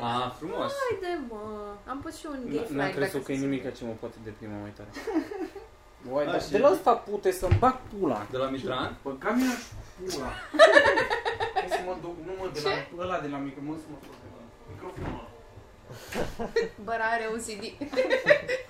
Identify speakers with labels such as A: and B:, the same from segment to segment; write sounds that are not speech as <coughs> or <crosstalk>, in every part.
A: A, frumos.
B: Haide, mă! Am pus și un gay
A: Nu am
B: flag. dacă
A: crezut că e
B: se
A: nimic ce mă poate deprima mai tare. <laughs> Uai,
C: A,
A: dar
C: și-
A: de la asta pute să-mi bag pula.
C: De la Mitran?
D: Da, Bă, cam mi
A: <laughs>
D: pula. Hai să mă duc, nu mă, de la ăla de la mică, mă, să mă duc de la microfonul ăla.
B: simte. Băra are OCD.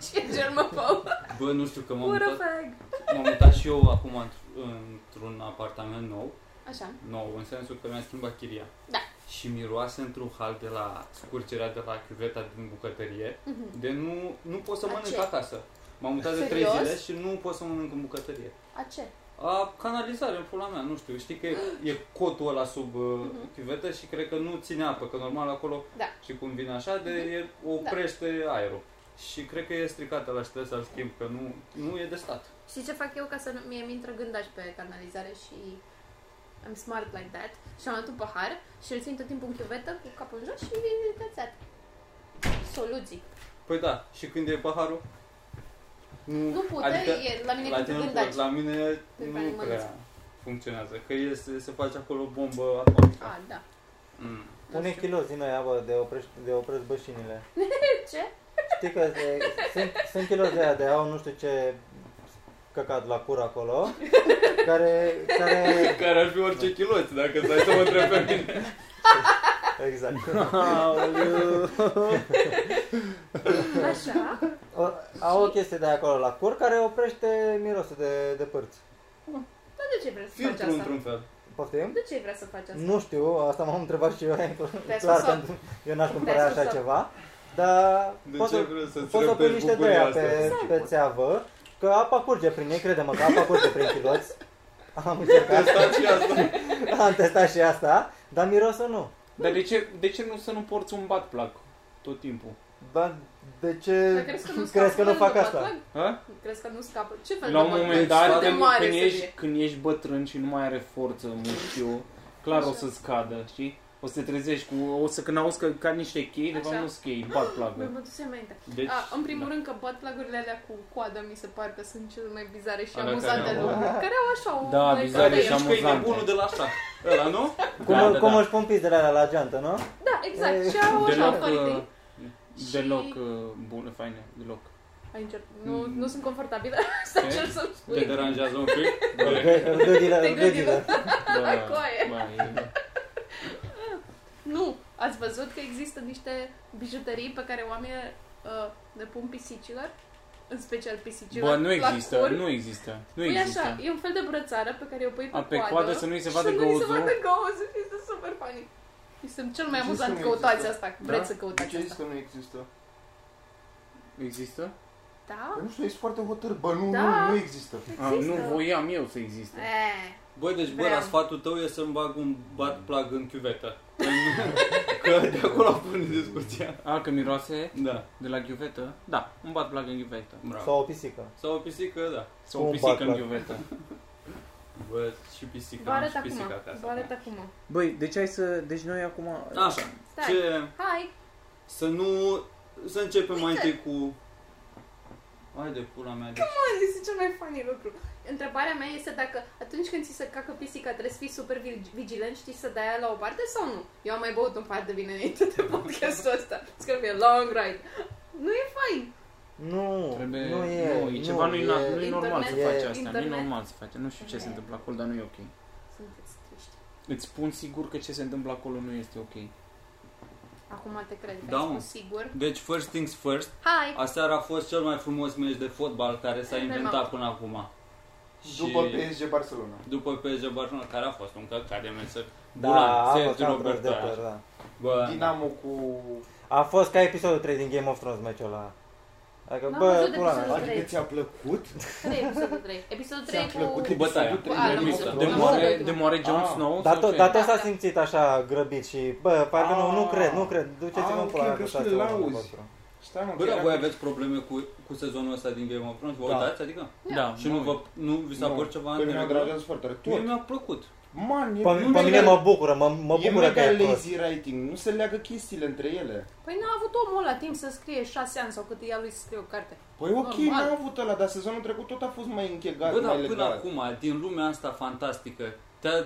B: și e germofob.
C: Bă, nu știu că m-am
B: What a
C: mutat,
B: fag!
C: m-am mutat și eu acum într- într-un apartament nou.
B: Așa.
C: Nou, în sensul că mi-am schimbat chiria.
B: Da.
C: Și miroase într-un hal de la scurgerea de la chiuveta din bucătărie. De nu, nu pot să
B: A
C: mănânc
B: ce?
C: acasă. M-am mutat de 3
B: Serios?
C: zile și nu pot să mănânc în bucătărie.
B: A ce?
C: A, canalizare, în pula mea, nu știu. Știi că e e cotul ăla sub uh,
B: Mhm.
C: chiuvetă și cred că nu ține apă, că normal acolo
B: Da. Mhm.
C: și cum vine așa, de e, oprește aerul. Și cred că e stricată la știu să-l schimb, că nu, nu e de stat.
B: Și ce fac eu ca să nu mie mi intră gândaj pe canalizare și I'm smart like that. Și am luat un pahar și îl țin tot timpul în chiuvetă cu capul în jos și that's it. Soluții.
C: Păi da, și când e paharul?
B: Nu pute, e, la
C: Adică
B: mine
C: la,
B: e
C: tine,
B: cu
C: nu da. pot,
B: gândaj.
C: la mine
B: Pe care
C: nu
B: mă
C: prea
B: duc.
C: funcționează, că e, se, se face acolo o bombă atomică.
B: A, da.
C: Mm.
B: Nu
E: Pune
B: știu.
E: kilos din aia, bă, de oprești, de oprești bășinile.
B: <laughs> Ce?
E: Știi că se, sunt, sunt kilos de aia, de au nu știu ce căcat la cur
B: <laughs>
E: acolo, care, care,
C: Care ar fi orice
E: Da.
C: chiloți, dacă stai să mă întreb pe mine.
E: exact.
B: Așa.
E: <laughs> O, au o chestie de aia acolo la cur care oprește mirosul de, de părți.
B: Dar de ce vrei să faci
C: Filtru
B: asta?
C: într-un fel.
E: Poftim?
B: De ce vrei să faci asta?
E: Nu știu, asta m-am întrebat și eu, <laughs>
B: Te-ai
E: clar
B: spus-o.
E: că eu n-aș cumpăra
B: Te-ai
E: așa
B: spus-o.
E: ceva, dar
C: De
E: poți
C: ce
E: să,
C: vrei să-ți
E: poți să pui
C: repeți
E: niște de
C: bucuria
E: aia
C: asta?
E: pe, pe țeavă, că apa curge prin ei, crede-mă că apa curge prin chiloți. <laughs> Am încercat,
C: Testați și asta.
E: am testat și asta, dar mirosul nu.
A: Dar de ce, de ce nu să nu porți un bat plac tot timpul?
E: Dar de
B: Dar
E: ce
B: crezi că nu
E: crezi că nu fac asta?
B: Baclag?
A: Ha?
B: Crezi că nu scapă? Ce fel
A: La
B: de
A: un moment dat,
B: de
A: când,
B: mare
A: când,
B: să
A: ești,
B: fie?
A: când ești bătrân și nu mai are forță mușchiul, clar o
B: Așa.
A: să-ți cadă, știi? O să te trezești cu... O să când auzi că ca niște chei, de
B: Așa.
A: fapt nu sunt chei, bat
B: Băi,
A: plagă.
B: mă dusem înainte.
C: Deci,
B: A, în
C: da.
B: primul rând că butlagurile alea cu coada mi se par că sunt cele mai bizare și
C: Alea
B: amuzante
C: care
B: de
C: au-
B: lume. Care au așa o...
A: Da,
B: mai
A: bizare
B: care-
A: și
C: Știi că e
A: amuzante.
C: nebunul de la așa. Ăla, nu?
E: Cum,
A: Da,
E: da,
A: da,
E: cum
A: da.
E: își pun pizdele alea la geantă, nu?
B: Da, exact.
E: E-
B: Și au așa o
A: Deloc, uh,
B: părinte.
A: deloc
B: Și-
A: uh, mm. bune, faine, deloc.
B: Ai încerc- Nu, nu sunt confortabilă <laughs> să
A: Ce?
B: încerc să-mi
C: Te
B: spui. <laughs>
C: deranjează un pic?
E: Gă- Gâdile,
B: Te gâdile.
E: gâdile.
A: Da,
B: Acoaie.
A: ba, e-
B: Nu, ați văzut că există niște bijuterii pe care oamenii uh, le pun pisicilor? În special pisicilor.
A: Bă, nu
B: la
A: există,
B: cur.
A: nu există, nu
B: Păi
A: există.
B: așa, e un fel de brățară pe care o pui pe,
A: A, pe
B: coadă,
A: coadă să nu-i se vadă
B: și să nu-i se
A: găuzul.
B: vadă găuzul și este super funny. Este cel mai
D: De ce
B: amuzant,
D: să nu
B: căutați
D: există?
A: Da?
B: asta, vreți să
D: De
B: căutați
D: ce zici
B: asta.
D: că nu există?
A: Există?
D: Bă,
B: Da?
D: Păi nu știu, ești foarte hotărât. Bă, nu,
B: Da.
D: nu, nu există.
A: A, nu voiam eu să existe.
B: Eh,
C: Băi, deci, bă,
B: Vreau.
C: la sfatul tău e să-mi bag un bat plug în chiuvetă. <laughs> Că de acolo pune discuția.
A: A, că miroase
C: Da,
A: de la ghiuvetă? Da, un bat plac în ghiuvetă.
C: bravo.
E: Sau o pisică.
C: Sau o pisică, da.
A: Sau o
E: Un
A: pisică în
E: batplac.
A: ghiuvetă.
C: Bă, și
B: vă
C: pisica, am
B: arăt
C: și pisica
B: acum, vă
C: acasă.
B: arăt
A: da.
B: acum.
A: Băi, deci hai să... Deci noi acum...
C: Așa,
B: Stai, Păi
C: ce...
B: hai! <laughs>
C: Să nu... Să începem mai întâi cu... Hai de pula mea, deci.
B: Mă, este cel mai funny lucru. Întrebarea mea este dacă atunci când ți se cacă pisica trebuie să fii super vig- vigilent, știi să dai aia la o parte sau nu? Eu am mai băut un par de vin înainte
A: <laughs>
B: de podcastul ăsta. It's gonna be a long ride. Nu e fain.
E: Nu,
A: Trebuie...
E: nu e.
A: nu, e ceva nu, e, na- nu e normal să
B: Internet.
A: faci asta. Nu e
B: Internet.
A: normal să faci. Nu știu ce se întâmplă acolo, dar nu e ok.
B: Sunteți triști.
A: Îți spun sigur că ce se întâmplă acolo nu este ok.
B: Acum te cred că
C: Da,
B: ai
C: mă.
B: spus sigur.
C: Deci, first things first,
B: Hai!
C: aseară a fost cel mai frumos meci de fotbal care s-a
B: Hai,
C: inventat
B: mamă.
C: până acum.
D: După
C: Și-
D: PSG Barcelona.
C: După PSG Barcelona, care a fost un căcat de meci.
E: Da, a fost
C: Sergiu
E: cam prost
C: Roberto
E: de
C: aia.
E: păr, da.
C: Bă,
D: Dinamo cu...
E: A fost ca episodul 3 din Game of Thrones meciul ăla. Adică,
B: N-am
E: bă,
B: văzut
E: pula
B: episodul.
E: mea.
D: Adică
B: Trei.
D: ți-a plăcut?
B: Care e episodul 3? Episodul 3
D: Ți-a plăcut
B: cu...
C: cu bătaia.
D: episodul
B: A,
A: De
B: l-am
D: trei?
B: văzut.
A: moare,
B: Am văzut.
A: de moare, de moare Jon
D: Ah,
A: Snow
E: Dar
A: sau
E: tot,
A: ce?
E: dar tot
B: Da,
E: s-a
B: da.
E: simțit așa grăbit și, bă, parcă nu, nu
D: Ah.
E: cred, nu cred, duceți-vă
D: Ah,
E: în
D: ok,
E: pula mea,
D: crezi că
E: căutați-vă
D: îl
E: unul
D: auzi.
E: vostru.
D: Stai, mă,
C: Bă,
D: că
C: dar
D: era-
C: voi aveți probleme cu, cu sezonul ăsta din Game of Thrones? Vă
E: Da.
C: uitați? Adică?
A: Da,
C: Și nu, vă, nu vi s-a
D: Nu.
C: părut ceva
D: Pe mine Păi mă
C: în regulă?
D: deranjează foarte tare.
C: Mie
D: Tot.
C: mi-a plăcut.
D: Man, e...
E: Pe,
D: nu
E: pe
D: e
E: mine
D: mega-
E: mă bucură, mă, mă
D: E
E: bucură că
D: mega
E: e prost.
D: lazy writing, nu se leagă chestiile între ele.
B: Păi n-a avut omul ăla timp să scrie 6 ani sau cât ia lui să scrie o carte.
D: Păi ok,
B: Normal.
D: n-a avut ăla, dar
F: Da,
D: sezonul trecut tot a fost mai închegat,
C: Bă,
D: mai
C: dar până
D: legat.
C: acum, din lumea asta fantastică, te-a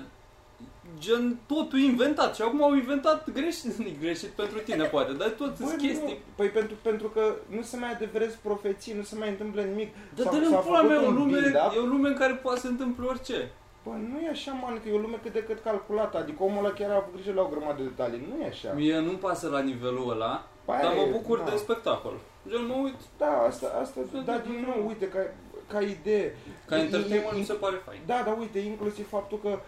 C: gen totul inventat și acum au inventat greșit, <laughs> greșit pentru tine poate, dar tot
F: Băi,
C: sunt chestii.
F: nu. Păi pentru, pentru că nu se mai adeverez profeții, nu se mai întâmplă nimic.
C: Dar
F: S-a-
C: dă-le
F: s-a
C: în pula
F: făcut
C: mea, e o
F: un
C: lume,
F: build-up.
C: e o lume în care poate să întâmple orice.
F: Bă, nu e așa, man, că e o lume cât de cât calculată. Adică omul ăla chiar a avut grijă la o grămadă de detalii. Nu e așa.
C: Mie nu-mi pasă la nivelul ăla,
F: Păi aia
C: dar mă
F: e,
C: bucur
F: na.
C: de spectacol. Gen, mă uit,
F: Da, asta, asta,
C: Sunt
F: da,
C: de
F: din nou, uite, ca, ca idee.
C: ca
F: E- e-
C: entertainment
F: e-
C: mi se pare fain.
F: Da, dar uite, inclusiv faptul că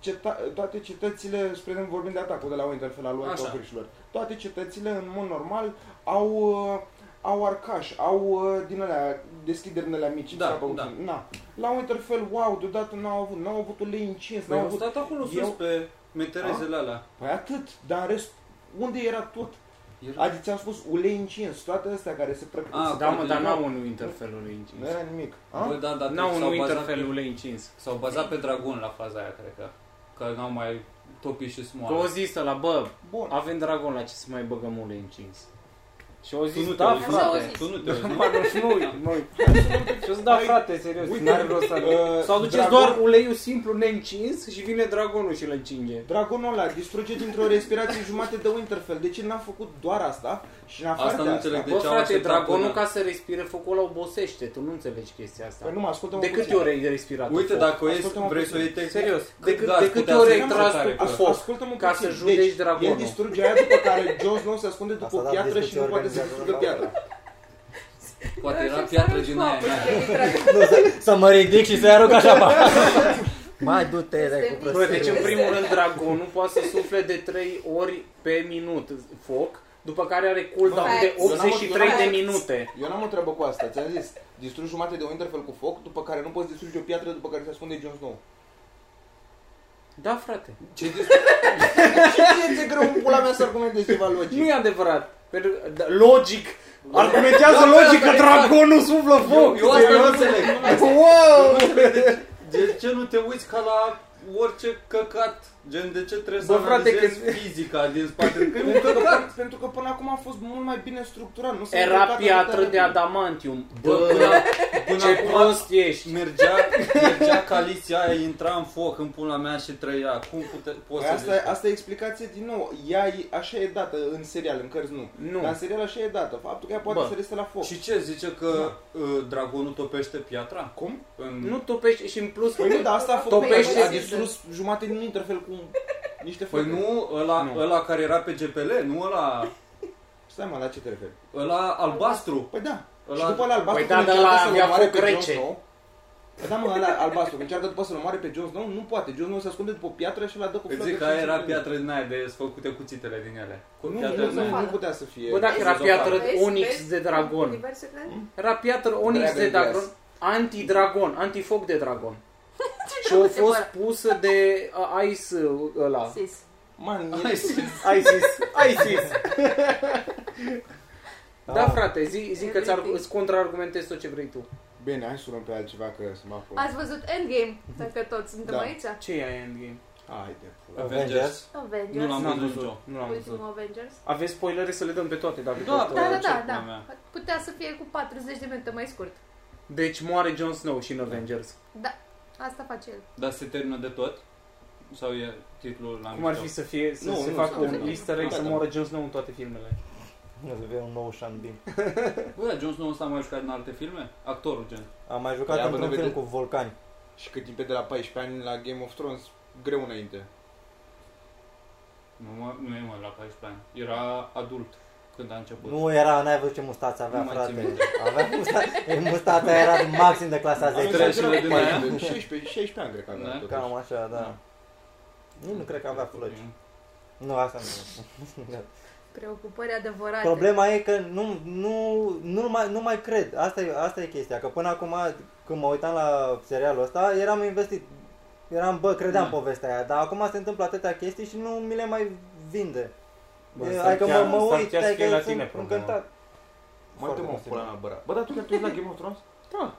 F: ceta- toate cetățile, spre exemplu, vorbim de atacul de la Winterfell al lui
C: Așa.
F: Toprișilor, toate cetățile, în mod normal, au, uh, au arcaș, au uh, din alea, deschideri din alea mici.
C: Da,
F: sau-
C: da.
F: Na. La Winterfell, wow, deodată n-au avut, n-au avut un lei încins,
C: Păi
F: n-au
C: am
F: avut...
C: stat acolo
F: eu-
C: sus pe meterezele alea.
F: Păi atât, dar în rest, unde era tot?
C: Era-
F: Adică ți-am spus, ulei încins, toate astea care se prăcă.
C: Ah,
A: Da, mă, dar
C: Acolo,
A: n-au unul interfelul lui
F: Nu
A: încins.
F: era nimic. A?
C: Bă, da, dar
A: N-au
C: s-au
A: unul
C: bazat pe-
A: interfelul lui încins.
C: S-au bazat pe dragon la faza aia, cred că. Că n-au mai topi și
A: Că o
C: smoară.
A: zis la bă,
F: Bun.
A: avem dragon la ce să mai băgăm ulei încins. Și au
C: Tu nu
A: zis,
C: te
A: da,
C: uiți,
B: Așa au
A: frate.
B: zis.
C: tu nu
A: <laughs>
C: te uiți, nu?
A: Mă, nu știu, mă uit, mă uit. Și o să da,
F: Băi,
A: frate, serios,
F: uite,
A: n-are rost să...
F: uh,
A: Sau duceți
F: dragon-
A: doar uleiul simplu neîncins și vine dragonul și îl încinge.
F: Dragonul ăla distruge dintr-o respirație <laughs> jumate de Winterfell. De ce n-a făcut doar asta și n-a
C: Asta nu
F: făcut asta?
C: înțeleg.
A: Bă,
C: Deci au
A: frate,
C: așteptat
A: dragonul
C: până-
A: ca să respire focul ăla obosește, tu nu înțelegi chestia
F: Păi
A: asta.
F: nu mă ascultă
A: De câte ori ai respirat cu
C: Uite,
A: foc?
C: dacă o iei,
F: Ascultă-mă
C: vrei să o
F: puțin.
C: iei tehnic,
A: Serios, de,
C: cât
A: cât,
C: gas
A: de câte
C: putea
A: ori
C: să
A: ai
C: fie
A: tras
C: mutare
A: tu cu
C: pe
A: foc?
F: Ascultă-mă
A: ca să
F: puțin.
A: judeci
F: Deci,
A: dragonul.
F: El distruge aia după care Jon Snow se ascunde după
E: Asta da,
F: piatră și
E: discuții
F: nu poate să
E: organizate
F: distrugă
E: la
F: piatra.
C: poate era
B: Așa
C: piatră
B: stai
C: din
B: cu
C: aia.
B: apă,
C: n-ai.
B: știi, literal.
E: Nu, să, să mă ridic și să-i arunc așa pa. Mai du-te, dai cu
A: Bă, deci
E: prostii.
A: în primul rând dragonul poate să sufle de 3 ori pe minut foc, după care are cooldown
B: Bă,
A: de
B: eu n-am-
A: 83
B: eu
A: de
B: n-am-
A: minute.
F: Eu n-am o treabă cu asta, ți-am zis. Distrugi jumate de Winterfell cu foc, după care nu poți distruge o piatră după care se ascunde Jon
A: <laughs>
F: Snow.
A: Da, frate.
C: Ce dis-
F: Ce ți-e greu în pula mea să argumentezi ceva
A: Nu
F: logic?
A: e adevărat. Pentru că, da, logic. Argumentează logic că dragonul suflă
C: Eu,
A: foc.
C: eu asta nu înțeleg.
A: Wow!
C: De ce nu te uiți ca la orice căcat? Gen, de ce trebuie să
A: Bă, frate,
C: analizezi
A: că-
C: fizica din spate? Că e un
F: Pentru
C: căcat.
F: că, pentru că până acum a fost mult mai bine structurat. Nu s-a
A: Era
F: întâmplat
A: piatră
F: atâtea
A: de da
F: lucruri.
A: adamantium.
C: Bă,
A: Bă,
C: până, până
A: ce
C: acum
A: prost ești.
C: mergea, mergea caliția aia, intra în foc în pula mea și trăia. Cum pute, poți
F: Păi
C: să
F: asta,
C: zici?
F: asta e explicație din nou. Ea e, așa e dată în serial, în cărți nu.
A: Nu.
F: Dar în serial așa e dată. Faptul că ea poate
A: Bă.
F: să reste la foc.
C: Și ce, zice că uh, dragonul topește piatra?
F: Cum?
C: În...
A: Nu topești și în plus...
F: Păi nu, dar asta a făcut.
A: Topește
F: a
A: zis,
F: distrus jumate din interfel cu niște
C: Păi
F: foc.
C: nu ăla,
A: Nu.
C: ăla care era pe GPL, nu ăla,
F: Stai mă, la ce te referi?
C: ăla albastru.
F: Păi da.
C: Ăla-
F: Și după ăla albastru
A: Păi
F: când
A: da, dar
F: încearcă
A: ăla
F: să-l
A: avea
F: omoare
A: foc
F: pe Jon
A: rece.
F: Snow- Păi Da, mă, ăla albastru, când încearcă după să-l omoare pe Jon Snow, nu poate. Jon Snow se ascunde după o piatră și ăla dă cu
C: Îți
F: flotă
C: Păi zic că
F: și
C: aia era
F: se prinde.
C: piatră din aia de făcute cuțitele din ele. Cu
F: Nu,
C: piatră
F: nu,
C: din aia.
F: nu,
B: aia.
F: nu putea să fie.
A: Bă, dacă era
C: Vezi,
A: piatră
B: vezi,
A: Onyx
B: vezi?
A: de dragon.
B: Universul ăla?
A: Era piatră Onyx
F: Dragon
A: de
F: Glass.
A: dragon. Anti-dragon, antifoc de dragon.
B: Păi
A: Și a fost pusă de uh, Ice uh, ăla.
B: Sis.
F: Man, el-
C: Hai să-
A: ISIS. ISIS. <laughs> Da, frate, zi, zi că ți-ar, îți contraargumentezi tot ce vrei tu.
F: Bine, hai să luăm pe altceva că să mă apuc.
B: Ați văzut Endgame, dacă toți suntem
F: Da.
B: aici?
A: Ce e aia Endgame?
F: Haide, pula.
C: Avengers.
B: Avengers.
C: Nu Am
A: N-am
C: văzut
A: văzut.
C: eu.
A: Nu l-am văzut.
B: Ultimul Avengers.
A: Aveți spoilere să le dăm pe toate, dacă
C: Da,
A: tot,
B: Da, da,
A: uh,
B: da,
A: ce-
B: da.
C: mea.
B: Putea să fie cu 40 de minute mai scurt.
A: Deci moare Jon Snow și în Avengers.
B: Da, asta face el.
C: Dar se termină de tot? Sau e titlul la
A: Cum ar
C: mișto?
A: fi să fie să
F: Nu,
A: se
F: nu,
A: facă
F: nu,
A: un
F: nu.
A: easter egg
F: Da,
A: să
F: da.
A: moară Jon Snow în toate filmele?
E: Nu să un nou șambin.
C: Bă, dar Jon Snow ăsta a mai jucat în alte filme? Actorul, gen.
E: Am mai
F: Ia,
E: jucat
F: bă,
E: într-un
F: repede.
E: film cu vulcani.
F: Și cât timp e de la 14 ani la Game of Thrones, greu înainte.
C: Nu, mă, nu e mă la 14 ani. Era adult când a început.
E: Nu era, n-ai văzut ce mustață avea,
C: Nu mai țin
E: frate.
C: minte.
E: Avea mustața, mustața era maxim de clasa Păi,
F: Am
E: 10.
C: Trecerile
F: exagerat
C: din
F: cu
C: aia?
F: 16, 16 ani cred că
C: Da.
F: avea totuși.
E: Cam așa, da.
F: Da.
E: Nici nu cred că avea flăci. Nu, asta nu.
B: Preocupări adevărate.
E: Problema e că nu, nu, nu, mai, nu mai cred. Asta e, asta e chestia. Că până acum, când mă uitam la serialul ăsta, eram investit. Eram, bă, credeam
C: Da.
E: povestea aia. Dar acum se întâmplă atâtea chestii și nu mi le mai vinde.
A: Bă,
E: E,
A: s-ar
E: adică
A: putea-
E: mă, mă
A: s-ar
E: uit,
A: putea să
E: adică
A: fie la
E: sunt
A: tine problema.
E: încântat.
F: Mă,
E: Foarte
F: te mă,
E: posibil.
F: pula mea, băra. Bă, dar tu chiar tu ești la Game of Thrones?
A: Da.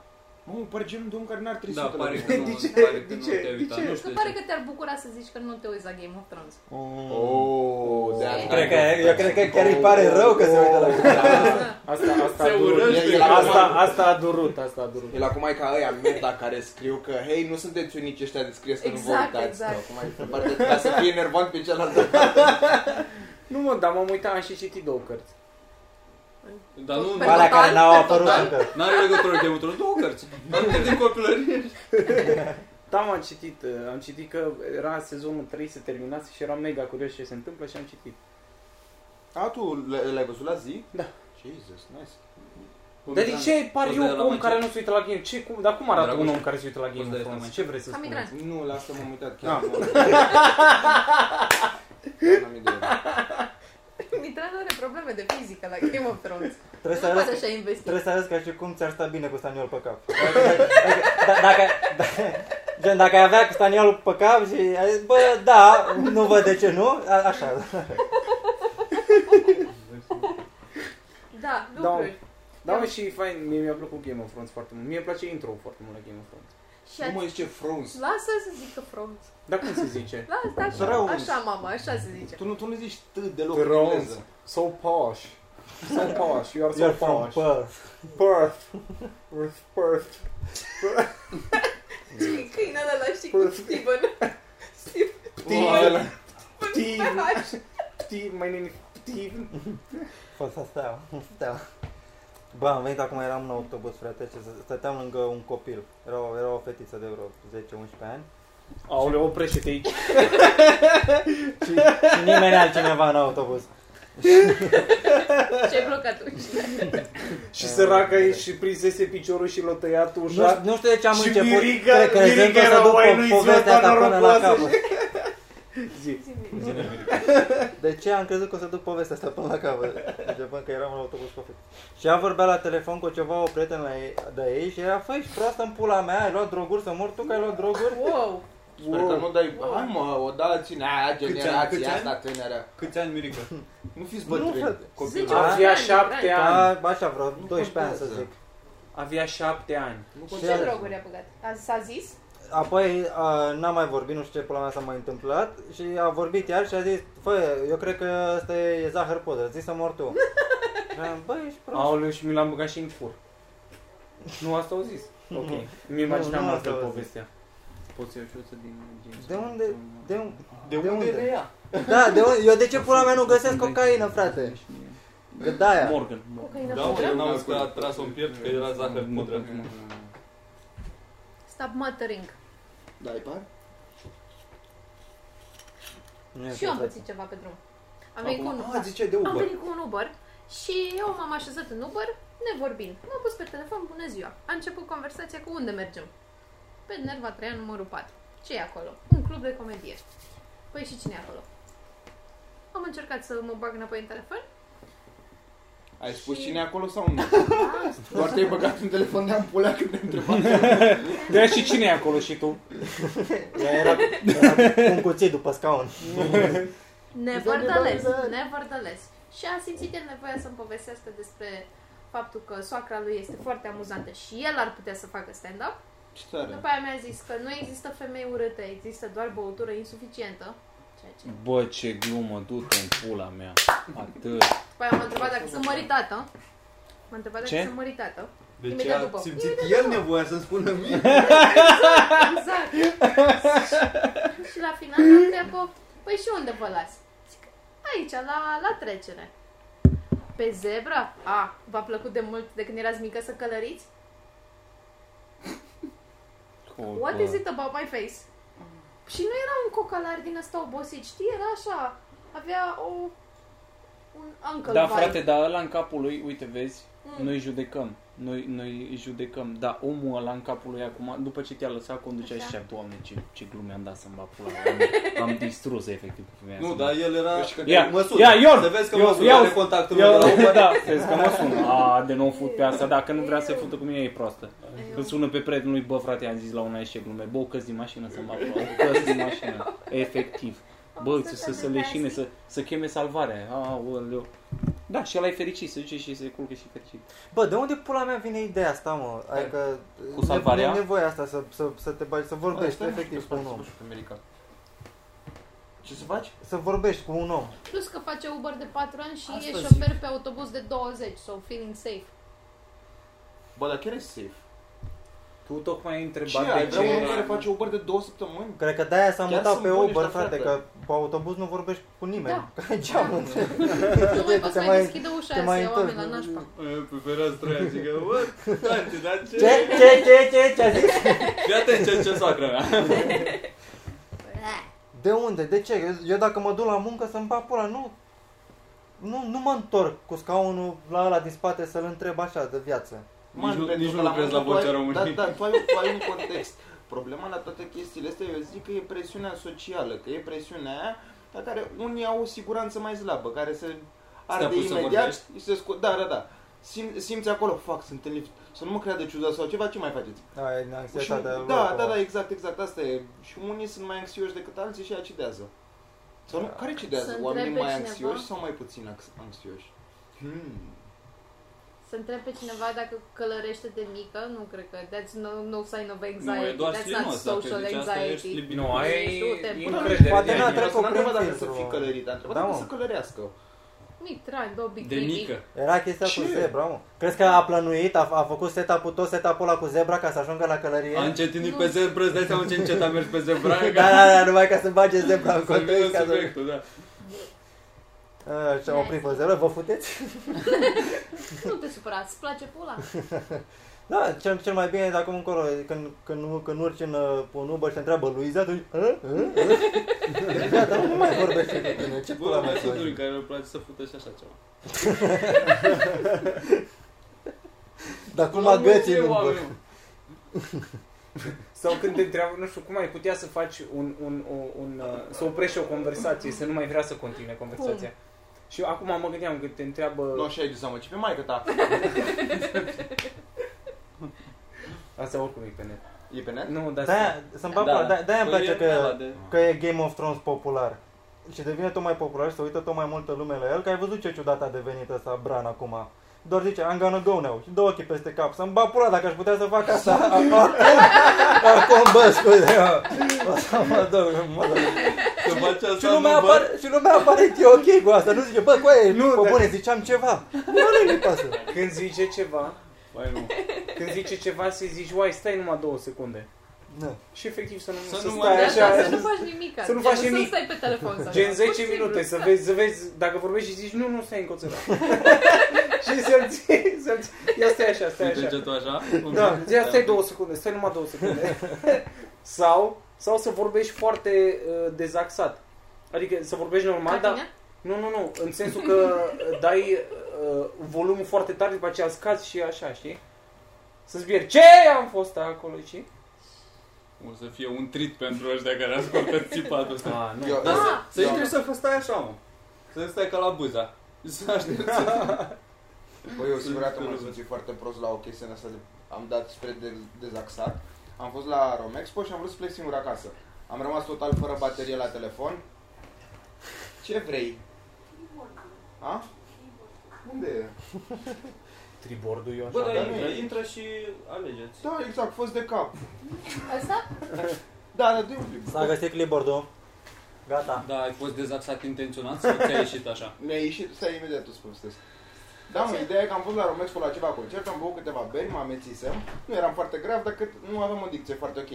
G: Mă, pare genul de om care n-ar trebui
C: Da,
G: să
C: pare
G: te
C: că nu,
G: laude.
C: pare că
G: De
C: nu
G: ce?
C: te-ai
G: De
C: uitat.
G: ce?
C: Nu
B: Nu
C: știu
B: pare
C: de ce.
B: că te-ar bucura să zici că nu te uiți la Game of Thrones. <laughs>
A: Oh,
B: that-
E: Mm. Cred că, eu cred că chiar îi pare rău că se uită la
A: Asta, asta
C: Se
A: a durut.
C: urăște.
F: El, el,
A: Asta,
F: acum,
A: asta a durut, asta a durut.
F: el acum e ca ăia meta care scriu că Hei, nu sunteți unici ăștia de scrie să nu vă
B: Exact,
F: uitați
B: exact.
F: Sau cum ai fi, parcă Ca să fie enervant pe
E: <laughs>
F: cealaltă
A: Nu mă, dar m-am uitat, am și citit două cărți.
C: Dar nu,
B: Pe
C: nu
E: Alea
B: total,
E: care n-au
B: pe
E: apărut
B: total.
E: încă.
C: are legătură cu Game două cărți. Dar nu de copilărie.
A: Da, am citit, uh, am citit că era sezonul 3 se terminase și eram mega curios ce se întâmplă și am citit.
F: A, tu l- l-ai văzut la zi?
A: Da.
F: Jesus, nice
A: Dar de ce par
C: Poza de la
A: eu om
C: Mancini.
A: care nu se uită la game? Ce, cum, dar cum arată un
C: Dragoș.
A: om care se uită la
C: Poza
A: game
C: de
A: of
C: la
A: Thrones?
C: Mancini.
A: Ce vrei să
B: Cam
A: spui?
B: Mitran.
F: Nu, la asta m-am uitat
A: Ah.
F: chiar N-am idee.
B: Mitran are probleme de fizică la Game of Thrones.
E: Trebuie să
B: nu poate
E: arăți
B: așa investi.
E: Trebuie să arăți ca și cum ți-ar sta bine cu staniol pe cap. Dacă- dacă- dacă, dacă- gen, dacă ai avea cu staniolul pe cap și ai zis, bă, da, nu văd de ce nu, a, așa.
B: Da,
A: Da.
B: lucruri.
A: Da, mă, și e fain, mie mi-a plăcut Game of Thrones foarte mult. Mie îmi place intro foarte mult la Game of Thrones.
B: Și
F: Nu mă
B: atunci,
F: zice Froze
B: lasă să zică Frogs.
A: Dar cum se zice?
B: Lasă, da, așa,
F: Thrones.
B: așa, mama, așa se zice.
F: tu nu, tu nu zici T deloc în
A: Thrones.
F: engleză.
A: <laughs> So posh. So posh. You are so
E: You're from
A: posh.
E: Perth.
A: Perth. Perth. Perth.
B: Și câinele ăla știi cu
A: Pur-
B: Steven. Steven.
A: Ptiv.
B: pe
A: Ptiv.
B: H.
A: Ptiv. My name is Ptiv.
E: Fost steaua. Steaua. Bă, am venit acum, eram în autobuz, frate, și stăteam lângă un copil. Era, o- era o fetiță de vreo 10-11 ani.
A: Aoleu, oprește-te aici.
E: Și, și nimeni altcineva în autobuz.
B: Ce-ai blocat atunci?
A: Și săraca e și prinsese piciorul și l-a tăiat
E: Nu,
A: ușa.
E: știu- nu știu de ce am
A: Și
E: început,
A: Mirica-
E: cre- crezând că
A: Mirica
E: o să
A: era,
E: duc
A: "Uai,
E: po-
A: nu-i
E: povestea
A: ziua
E: ta
A: ta
E: până la
A: norocoasă."
E: capăt.
A: Zi.
E: De ce am crezut că o să duc povestea asta până la capăt? Începând că eram în autobuz cu o fetiță. Și ea vorbea la telefon cu ceva o prietenă la ei- de ei și era, făi, ești proastă în pula mea, ai luat droguri să mor tu că ai luat droguri?
B: Wow!
F: Sper că nu dai Hai mă, o da cine aia
C: câți
F: generația
C: ani?
F: asta tânără
C: Câți ani, Mirica?
F: Nu fiți
E: frate.
F: bătrâni
B: Zice,
E: Ar
B: Mitran,
A: avea
B: Mitran.
A: șapte ani.
E: Da, așa, vreo 12 ani să
F: contează.
E: zic.
A: Avea șapte ani.
F: Nu
E: Și
B: Ce
E: iarăși.
B: droguri a băgat? A- S-a zis?
E: Apoi a, n-am mai vorbit, nu știu ce pula mea s-a mai întâmplat și a vorbit iar și a zis, fă, eu cred că ăsta e zahăr pudră, zi să mor tu. Și am, bă, ești prost.
A: Aoleu, și mi l-am băgat și în cur. Nu, asta au <laughs> zis. Ok. Mi imaginam
E: nu
A: asta
E: asta au zis.
A: povestea.
D: Poți să iei o șuță din James
E: De
D: Bond?
E: unde, de, un- de unde?
F: e ea?
E: Da, de unde? Eu de ce pula mea nu găsesc cocaină, frate? Gădaia.
D: Morgan.
B: Cocaină
C: Da, mă,
B: pudră?
C: eu n-am zis că a tras un piept, că era zahăr pudră.
B: Stop muttering.
F: Da, e par?
E: Nu e
B: Și eu am
E: frate.
B: pățit ceva pe drum. Am venit cu un
F: A, zice de
B: Am
F: Uber
B: venit cu un Uber și eu m-am așezat în Uber, ne vorbim. M-a pus pe telefon, bună ziua. A început conversația cu unde mergem. Pe Nerva Traian numărul 4. ce e acolo? Un club de comedie. Păi și cine e acolo? Am încercat să mă bag înapoi în telefon.
F: Ai spus
B: Și-
F: cine e acolo sau nu?
B: A,
F: Doar te-ai băgat în telefon de ampulea când te-ai întrebat
A: Da, și cine e acolo și tu?
E: Ea era, era
A: <laughs>
E: cu un cuțit după scaun.
B: Nevertheless, nevertheless. Și a simțit el nevoia să-mi povestească despre faptul că soacra lui este foarte amuzantă și el ar putea să facă stand-up.
F: Ce tare
B: După aia mi-a zis că nu există femei urâte, există doar băutură insuficientă. Ceea ce...
A: Bă, ce glumă, du-te în pula mea. Atât.
B: După aia m-a Păi, întrebat dacă sunt măritată. M-a întrebat dacă
A: Ce?
B: sunt
A: <laughs>
B: măritată.
C: Deci
B: Imediat
C: a
B: după.
C: simțit el nevoia să-mi spună mie.
B: Exact. și, și la final mă întreabă, păi și unde vă las? Zic, aici, la, la trecere. Pe zebra? A, v-a plăcut de mult de când erați mică să călăriți?
A: Oh,
B: What is it about my face? Și nu era un cocalar din ăsta obosit, știi? Era așa, avea o... Un uncle
A: Da,
B: vibe.
A: frate, dar ăla în capul lui, uite, vezi,
B: Mm.
A: noi judecăm. Noi, noi îi judecăm, da, omul ăla în capul lui acum, după ce te-a lăsat, conducea
B: Așa.
A: și zicea, doamne, ce, ce glume am dat să-mi bag pula, am, am distrus efectiv cu mea.
C: Nu, dar el era...
F: Deci că
A: Ia,
C: Mă sună.
A: ia, Ion!
C: Să vezi că
A: Eu-
C: mă sună,
A: eu-
C: are contactul meu
A: Eu,
C: de la Uber.
A: da, vezi că mă sună. A, de nou fut pe asta, dacă nu vrea să se fută cu mine, e proastă.
B: Eu.
A: Îl sună pe prietenul lui, bă, frate, am zis la una ieșe glume, bă, o căs din mașină să mă apă, o căs din mașină, efectiv. Bă,
B: O
A: uite,
B: să
A: să
B: te
A: se leșine,
B: vezi.
A: să, să cheme salvarea. Aoleu. Da, și ăla e fericit, se duce și se culcă și fericit.
E: Bă, de unde pula mea vine ideea asta, mă? Adică
A: Cu
E: ne-
A: salvarea?
E: ne- nevoie asta să, să, să te bagi, să vorbești efectiv cu un om.
F: Ce să faci?
E: Să vorbești cu un om.
B: Plus că face Uber de 4 ani și
F: Asta
B: e
F: zic.
B: șofer pe autobuz de 20, so feeling safe.
F: Bă, dar chiar e safe.
A: Tu tocmai ai
F: Ce
A: întrebat
F: ai?
A: de
F: Vrea
A: ce...
F: unul care face Uber de două săptămâni?
E: Cred că de-aia s-a
F: Chiar
E: mutat
F: sunt
E: pe
F: buni
E: Uber,
F: ăștia,
E: frate,
F: frate.
E: că pe autobuz nu vorbești cu nimeni. <laughs>
B: Da.
E: Că ai geamul între-
B: Nu mai poți
E: te
B: mai
E: mai-
B: deschide ușa
E: te
B: aia să
E: mai
B: ia oameni la
E: întorci.
B: nașpa.
C: Pe fereastră aia zic că, bă, frate, dar ce?
E: Ce? Ce? Ce? Ce? Ce a zis?
C: Fii atent ce ce soacră mea.
E: De unde? De ce? Eu- Eu dacă mă duc la muncă să-mi bag pula, nu... Nu, nu mă întorc cu scaunul la ăla din spate să-l întreb așa de viață.
C: Nici nu-
F: pentru
C: nici
F: că
C: nu lucrez la
F: muncă tu
C: Vocea
F: ai-
C: României.
F: Da, da, tu ai, tu
C: <laughs>
F: ai un context. Problema la toate chestiile astea, eu zic că e presiunea socială, că e presiunea aia la care unii au o siguranță mai slabă, care se arde
C: pus să vorbești.
F: imediat și se scu- Da, da, da. Sim, simți acolo, fac, sunt în lift, să nu mă creadă ciudat sau ceva, ce mai faceți?
E: Ai
F: Și,
E: anxietatea lor,
F: da,
E: acolo.
F: da, da, exact, exact, asta e. Și unii sunt mai anxioși decât alții și aia cidează. Sau nu, care cidează?
B: Să
F: Oamenii
B: întrebe
F: mai
B: cineva?
F: anxioși sau mai puțin anx- anxioși? Hmm.
B: Să întreb pe cineva dacă călărește de mică, nu cred că. That's no, no sign of anxiety.
C: Nu, e doar
B: That's not
C: slinos, dacă
B: social
C: zice asta, ești
B: anxiety.
C: libidin.
A: Nu, aia e
B: Știu, te
A: e
B: pun-
A: încredere.
E: Poate
A: de
E: n-a
A: aia.
E: trecut.
F: Asta n-a întrebat
E: prin
F: dacă să
E: filtru.
F: fii călărit, a întrebat
E: Da,
F: dacă
E: mă.
F: să călărească.
B: Mic, trai, două big
C: De
B: baby.
C: mică.
E: Era chestia
F: Ce?
E: cu zebra, mă. Crezi că a plănuit, a, a făcut setup-ul, tot setup-ul ăla cu zebra ca să ajungă la călărie?
C: A încetinit pe zebră, îți dai seama ce încet a mers pe zebră.
E: da, da, da, numai ca să bage zebra în
C: Să vină
E: context. Ca să...
C: subiectul, da.
E: A, Și am oprit pe zebra, vă futeți?
B: Nu te supăra, îți place pula?
E: Da, cel, cel mai bine de acum încolo, când, când, când urci în uh, un Uber și întreabă Luiza, atunci... "Hă? Hă? Hă?" Gata, nu mai vorbește cu tine, ce
C: Bă,
E: pula mea
C: mai
E: să
C: sunt unii
E: faci?
C: care le place să fută și așa ceva.
E: Dar cum
C: La
E: a
C: muzeu,
E: gății în Uber?
C: oameni.
A: <laughs> Sau când te întreabă, nu știu, cum ai putea să faci un, un, un, un uh, să oprești o conversație, să nu mai vrea să continue conversația. Și eu acum mă gândeam că te
F: Nu
A: întreabă,
F: așa ai zis, mă, ci pe maică ta.
A: asta oricum e pe net.
F: E pe net?
A: Nu, dar
E: Da, să-mi bag pula, da, de-aia îmi
C: Păi
E: place
C: e ăla
E: că,
C: de-
E: că e Game of Thrones popular. Și devine tot mai popular și se uită tot mai multă lume la el, că ai văzut ce ciudat a devenit ăsta Bran acum. Doar zice, I'm gonna go now. Și dă ochii peste cap. Să-mi bag pula dacă aș putea să fac <laughs> asta. Acum, acum bă, scuze. mă. O să mă duc, mă duc.
C: Că face
E: Și
C: asta în
E: lumea,
C: Uber.
E: apare, și lumea apare că e ok cu asta. Nu zice, bă, cu aia,
A: Nu,
E: nu,
A: dar-
E: pe bune, ziceam ceva. Bă, nu-i pasă.
A: când zice ceva,
C: Mai nu.
A: când zice ceva să zici, uai, stai numai două secunde.
E: Da.
A: Și efectiv să nu,
C: Să
A: să,
C: nu mai-
A: stai
B: Da,
A: așa,
B: da, să nu faci nimic.
A: Să nu
B: gen,
A: faci nimic.
B: Să stai pe telefon. sau
A: gen
B: ceva.
A: 10
B: Pur și
A: minute,
B: simplu,
A: să vezi, să vezi, dacă vorbești și zici, nu, nu, stai încă o țără. <laughs> și să-l ții, să-l ții. Ia stai așa, stai
C: Uite
A: așa.
C: ce tu așa.
A: Da, zi, asta e două secunde, stai numai două secunde. <laughs> sau, sau să vorbești foarte uh, dezaxat. Adică să vorbești normal,
B: ca
A: dar...
B: tine?
A: Nu, nu, nu, în sensul că dai uh, volumul foarte tare, după aceea scazi și așa, știi? Să-ți pierd. Ce am fost acolo, și?
C: O să fie un trit pentru ăștia care ascultă țipatul ăsta.
A: A, nu.
F: Eu-
C: Dar să-
B: Ah!
C: să intri să stai așa, mă. Să stai ca la buza. Să aștepți.
F: Băi, eu sigurat am simțit foarte prost la o chestie în asta de, am dat spre de, dezaxat. Am fost la Romexpo și am vrut să plec singur acasă. Am rămas total fără baterie la telefon. Ce vrei? A? Unde e?
A: Tribordul eu
C: Bă,
A: așa.
F: da,
C: dar
F: nu
C: intră,
F: e.
C: intră și alegeți.
F: Da, exact, fost de cap.
B: Asta?
F: Da, dar de
E: S-a găsit clipboard Gata.
C: Da, ai fost dezaxat intenționat sau ți-a ieșit așa?
F: Mi-a ieșit, stai imediat tu să povestesc. Da, mă, ideea e că am fost la Romexpo la ceva concert, am băut câteva beri, mă amețisem. Nu eram foarte grav, dar cât nu aveam o dicție foarte ok.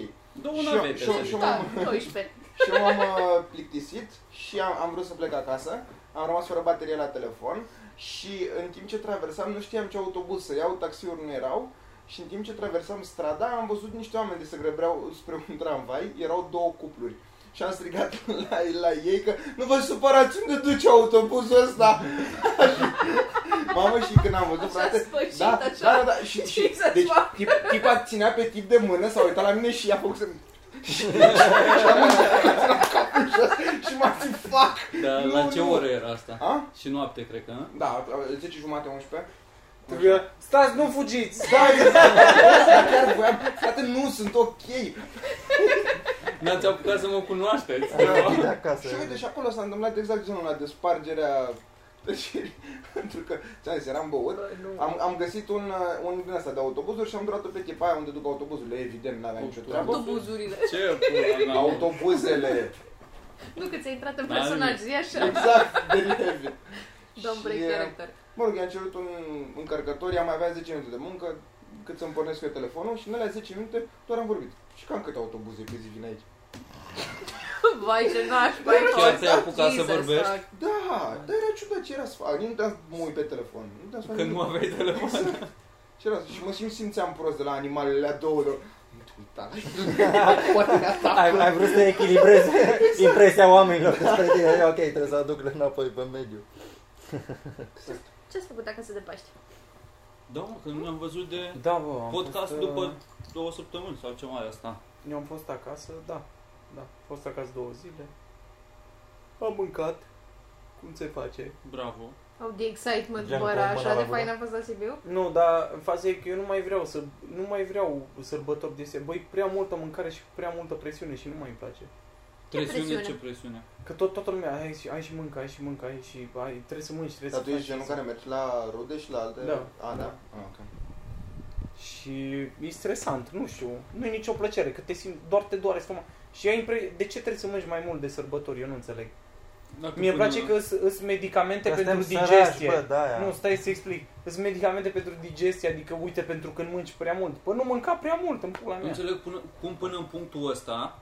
C: Două
F: Și-
C: navete,
F: și-
C: să
F: și-
C: zic.
F: și-
B: Da, 12.
F: Și eu m-am uh, plictisit și am, am vrut să plec acasă, am rămas fără baterie la telefon și în timp ce traversam nu știam ce autobuz să iau, taxiuri nu erau și în timp ce traversam strada am văzut niște oameni de se grăbeau spre un tramvai, erau două cupluri. Și am strigat <laughs> la, la ei că nu vă supărați unde duce autobuzul ăsta. <laughs> Mamă, și când am văzut,
B: Așa
F: frate,
B: spășit,
F: da,
B: așa.
F: da, da, da, <laughs> și, și
B: să-ți
F: deci,
B: fac?
F: tip, tipa ținea pe tip de mână, s-a uitat la mine și i-a făcut <laughs> să-mi <laughs> și m-a zis, fuck!
C: Dar
F: Nu,
C: Da, la ce
F: nu.
C: oră era asta?
F: A?
C: Și noapte, cred că, nu?
F: Da, 10 jumate, 11.
A: Trebuia- Stați, nu fugiți!
F: <laughs> Da, exact. Asta chiar voiam. Frate, nu, sunt ok.
C: N-ați apucat să mă cunoașteți.
F: Da.
E: Ai găsit acasă.
F: Și uite, și acolo s-a întâmplat exact genul ăla de spargerea depășiri, <laughs> pentru că, ți-am zis, eram băut. Am, am găsit un, uh, un din asta de autobuzuri și am luat-o pe tipa aia unde duc autobuzurile, evident, n-avea nicio treabă.
B: Autobuzurile.
C: Ce pula mea?
F: Autobuzele,
B: Nu că ți-ai intrat în
C: Da,
B: personaj, zi așa.
F: exact, de Levi.
B: Don't break
F: Și, uh,
B: character.
F: Mă rog, i-am cerut un încărcător, ea mai avea 10 minute de muncă, cât să-mi pornesc eu telefonul și în alea 10 minute doar am vorbit. Și cam câte autobuze pe zi vin aici.
B: Vai, ce naș, vai,
C: Chiar ți-ai apucat să vorbești?
F: Da, dar era ciudat ce era să fac. Nu puteam să mă uit pe telefon. Nu puteam să fac
C: Că
F: nimic.
C: nu aveai telefon.
F: Exact. Ce era? Și mă simt, simțeam prost de la animalele alea două. Dar... Nu te uita la poate ne-a
E: Ai, ai vrut să echilibrezi impresia oamenilor despre tine. E Ok, trebuie să aduc înapoi pe mediu.
B: Ce ați făcut dacă se depăști?
C: Da, mă, că nu am văzut de
A: Da, bă, am
C: podcast
A: fost,
C: după două săptămâni sau ceva de asta.
A: Eu am fost acasă, da. Da, am fost acasă două zile. Am mâncat. Cum se face?
C: Bravo.
B: Oh, the excitement,
E: Geam
B: bă,
E: cu
B: era
E: un
B: așa de
E: bănalavă.
B: fain a fost la Sibiu?
A: Nu, dar în faza e că eu nu mai vreau să nu mai vreau sărbători de se. Băi, prea multă mâncare și prea multă presiune și nu mai îmi place.
C: Presiune,
B: presiune?
C: ce presiune?
A: Că tot toată lumea ai și ai și mâncă, ai și mâncă, ai și ai, trebuie să mănânci, trebuie
F: Dar
A: să
F: tu ești
A: faci
F: genul
A: chestii.
F: care mergi la rude și la alte...
A: Da.
F: A, da? Ah, ok.
A: Și e stresant, nu știu, nu e nicio plăcere, că te simți, doar te doare stomac. Și ai impre... de ce trebuie să mănânci mai mult de sărbători, eu nu înțeleg.
C: Dacă
A: Mie îmi
C: până-
A: place că sunt medicamente
E: Că
A: pentru
E: suntem
A: digestie.
E: săraci, bă, da, de-aia.
A: nu, stai să explic. Sunt medicamente pentru digestie, adică uite pentru când mânci prea mult. Păi nu mânca prea mult în pula
C: Nu
A: mea.
C: Înțeleg până, cum până în punctul ăsta,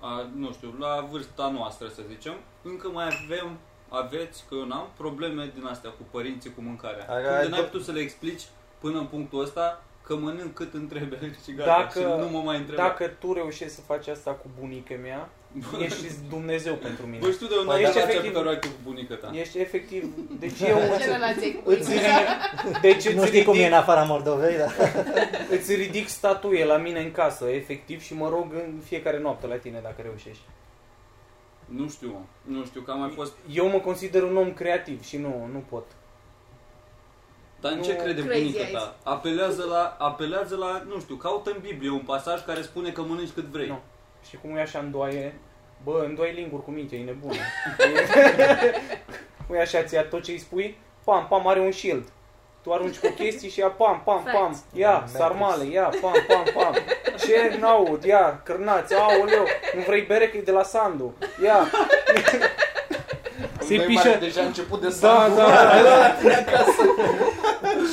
C: a, nu știu, la vârsta noastră să zicem, încă mai avem, aveți, că eu n-am, probleme din astea cu părinții, cu mâncarea.
E: Ai-
C: Adică
E: ai-
C: n-ai putut să le explici până în punctul ăsta că mănânc cât îmi trebuie <laughs> și gata
A: Dacă-
C: și nu mă mai întreb.
A: Dacă tu reușești să faci asta cu bunica
F: <laughs>
A: mea, ești Dumnezeu pentru
C: Bă,
A: mine.
C: știu de unde
A: Păi,
C: ai
A: ești
C: relația pe
A: efectiv-
C: care o ai cu bunica
F: da.
C: ta.
A: Ești efectiv, deci
F: <laughs>
A: eu
B: Ce
A: îți,
B: relație ai cu
A: îți,
B: pâinea?
A: ridic- deci
E: Nu
A: îți,
E: știi cum e în
A: ridic,
E: afara Mordovei,
A: <laughs>
E: dar...
A: îți ridic statuie la mine în casă, efectiv, și mă rog în fiecare noapte la tine dacă reușești.
C: Nu știu, nu știu, că am mai fost...
A: Eu mă consider un om creativ și nu, nu pot.
C: Dar în ce
A: Nu-
C: crede
B: Crazy
C: bunica
B: eyes.
C: ta? Apelează la, apelează la, nu știu, caută în Biblie un pasaj care spune că mănânci cât vrei.
A: Nu. Și cum e așa îndoaie, bă, îndoai linguri cu minte, e nebună. cum e așa, ți ia tot ce îi spui, pam, pam, are un shield. Tu arunci cu chestii și ia pam, pam, pam,
B: Facts.
A: ia,
E: Matrix.
A: sarmale, ia, pam, pam, pam. Ce n-aud, ia, cârnați, aoleu, nu vrei bere că e de la Sandu, ia. Se
F: Noi
A: pișă-
F: mari, Deja a început de
A: Da,
F: sambur.
A: da, da, da.